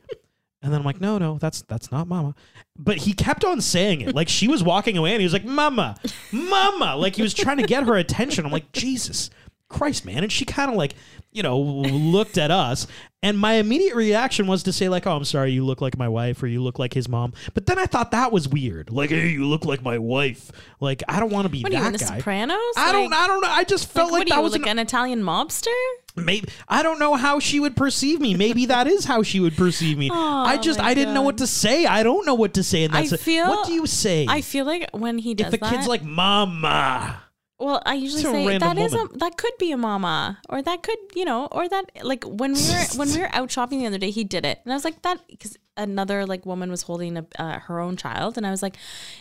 Speaker 1: And then I'm like, no, no, that's that's not mama. But he kept on saying it. Like she was walking away and he was like, Mama, mama. Like he was trying to get her attention. I'm like, Jesus Christ, man. And she kind of like, you know, looked at us. And my immediate reaction was to say, like, oh, I'm sorry, you look like my wife or you look like his mom. But then I thought that was weird. Like, hey, you look like my wife. Like, I don't want to be
Speaker 2: What are
Speaker 1: that
Speaker 2: you in the
Speaker 1: guy.
Speaker 2: Sopranos?
Speaker 1: I don't
Speaker 2: Like-
Speaker 1: I don't know. I just felt
Speaker 2: what
Speaker 1: like,
Speaker 2: are
Speaker 1: that
Speaker 2: you,
Speaker 1: was
Speaker 2: like an Italian mobster.
Speaker 1: Maybe I don't know how she would perceive me. Maybe that is how she would perceive me.
Speaker 2: Oh,
Speaker 1: I just
Speaker 2: my
Speaker 1: I didn't know
Speaker 2: God.
Speaker 1: what to say. I don't know what to say in that.
Speaker 2: I
Speaker 1: se-
Speaker 2: feel.
Speaker 1: what do you say?
Speaker 2: I feel like when he does
Speaker 1: if the
Speaker 2: that,
Speaker 1: kid's like mama.
Speaker 2: Well, I usually
Speaker 1: To a
Speaker 2: say
Speaker 1: random
Speaker 2: that is
Speaker 1: woman.
Speaker 2: a that could be a mama, or that could you know, or that like when we were when we were out shopping the other day, he did it, and I was like that because another like woman was holding a, uh, her own child, and I was like,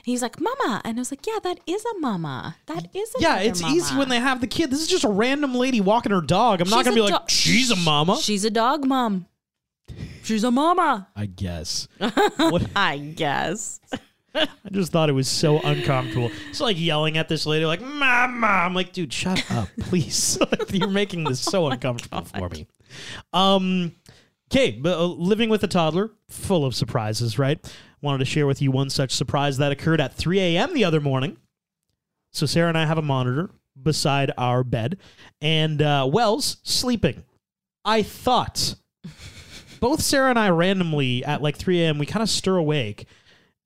Speaker 2: he's like mama, and I was like, yeah, that is a mama, that is a
Speaker 1: Yeah, it's easy when they have the kid. This is just a random lady walking her dog. I'm not
Speaker 2: She's
Speaker 1: gonna
Speaker 2: a
Speaker 1: be like
Speaker 2: dog-
Speaker 1: she's a mama.
Speaker 2: she's a dog mom, she's a mama,
Speaker 1: I guess.
Speaker 2: I guess.
Speaker 1: I just thought it was so uncomfortable. It's like yelling at this lady, like "Mama." I'm like, dude, shut up, please. You're making this so uncomfortable for me. Um, okay, but uh, living with a toddler, full of surprises, right? Wanted to share with you one such surprise that occurred at 3 a.m. the other morning. So Sarah and I have a monitor beside our bed, and uh, Wells sleeping. I thought both Sarah and I randomly at like 3 a.m. we kind of stir awake,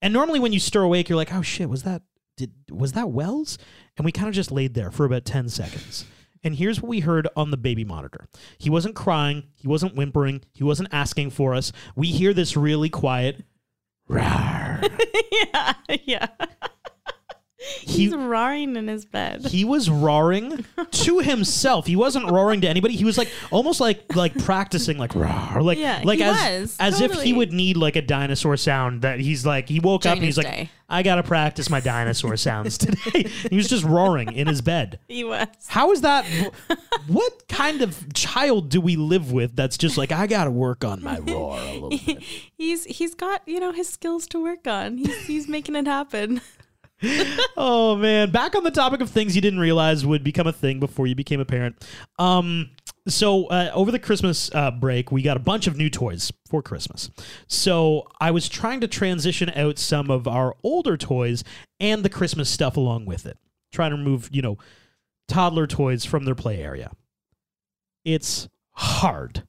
Speaker 1: and normally when you stir awake, you're like, "Oh shit, was that did was that Wells?" And we kind of just laid there for about 10 seconds. And here's what we heard on the baby monitor. He wasn't crying, he wasn't whimpering, he wasn't asking for us. We hear this really quiet
Speaker 2: yeah, yeah. He's roaring in his bed.
Speaker 1: he was roaring to himself. He wasn't roaring to anybody. He was like almost like like practicing like roar, like
Speaker 2: Yeah,
Speaker 1: like
Speaker 2: he
Speaker 1: as
Speaker 2: was,
Speaker 1: as if he
Speaker 2: totally.
Speaker 1: would need like a dinosaur sound that he's like he woke up
Speaker 2: During
Speaker 1: and he's
Speaker 2: his
Speaker 1: like
Speaker 2: day.
Speaker 1: I gotta practice my dinosaur sounds today. he was just roaring in his bed.
Speaker 2: He was.
Speaker 1: How is that? what kind of child do we live with that's just like I gotta work on my roar a little bit?
Speaker 2: He's he's got you know his skills to work on. He's he's making it happen.
Speaker 1: oh man back on the topic of things you didn't realize would become a thing before you became a parent um so uh, over the christmas uh, break we got a bunch of new toys for christmas so i was trying to transition out some of our older toys and the christmas stuff along with it trying to remove you know toddler toys from their play area it's hard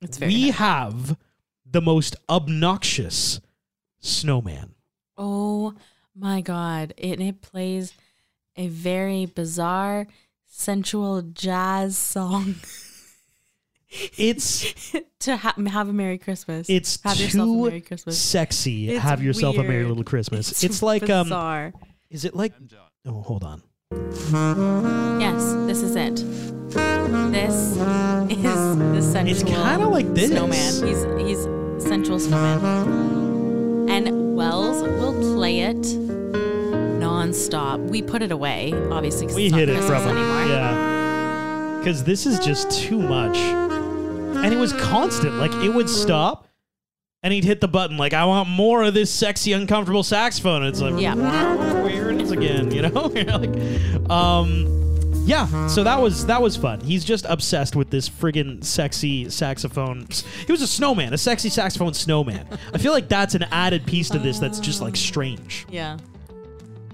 Speaker 2: It's
Speaker 1: we have the most obnoxious snowman
Speaker 2: Oh my god! It it plays a very bizarre, sensual jazz song
Speaker 1: it's
Speaker 2: to ha- have a Merry Christmas.
Speaker 1: It's
Speaker 2: have yourself a
Speaker 1: too
Speaker 2: Merry Christmas.
Speaker 1: sexy.
Speaker 2: It's
Speaker 1: have yourself a merry
Speaker 2: weird.
Speaker 1: little Christmas. It's, like um,
Speaker 2: bizarre.
Speaker 1: is it like? Oh, hold on.
Speaker 2: yes, this is it. This is the sensual.
Speaker 1: It's kinda like this.
Speaker 2: snowman. He's he's sensual snowman, and Wells will play it nonstop. We put it away, obviously. 'cause
Speaker 1: We
Speaker 2: it's not
Speaker 1: hit it
Speaker 2: Christmas
Speaker 1: from him.
Speaker 2: anymore.
Speaker 1: Yeah, because this is just too much, and it was constant. Like it would stop, and he'd hit the button. Like I want more of this sexy, uncomfortable saxophone. It's like
Speaker 2: Yeah.
Speaker 1: weird again. You know, You're like um. Yeah, so that was that was fun. He's just obsessed with this friggin' sexy saxophone. He was a snowman, a sexy saxophone snowman. I feel like that's an added piece to this that's just like strange.
Speaker 2: Yeah.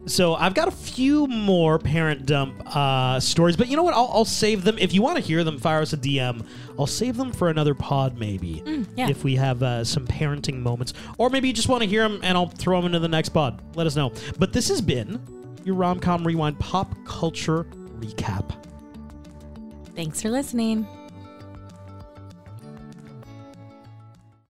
Speaker 1: So I've got a few more parent dump uh, stories, but you know what? I'll, I'll save them. If you want to hear them, fire us a DM. I'll save them for another pod, maybe,
Speaker 2: Mm, yeah.
Speaker 1: if we have uh, some parenting moments, or maybe you just want to hear them and I'll throw them into the next pod. Let us know. But this has been your rom com rewind pop culture recap.
Speaker 2: Thanks for listening.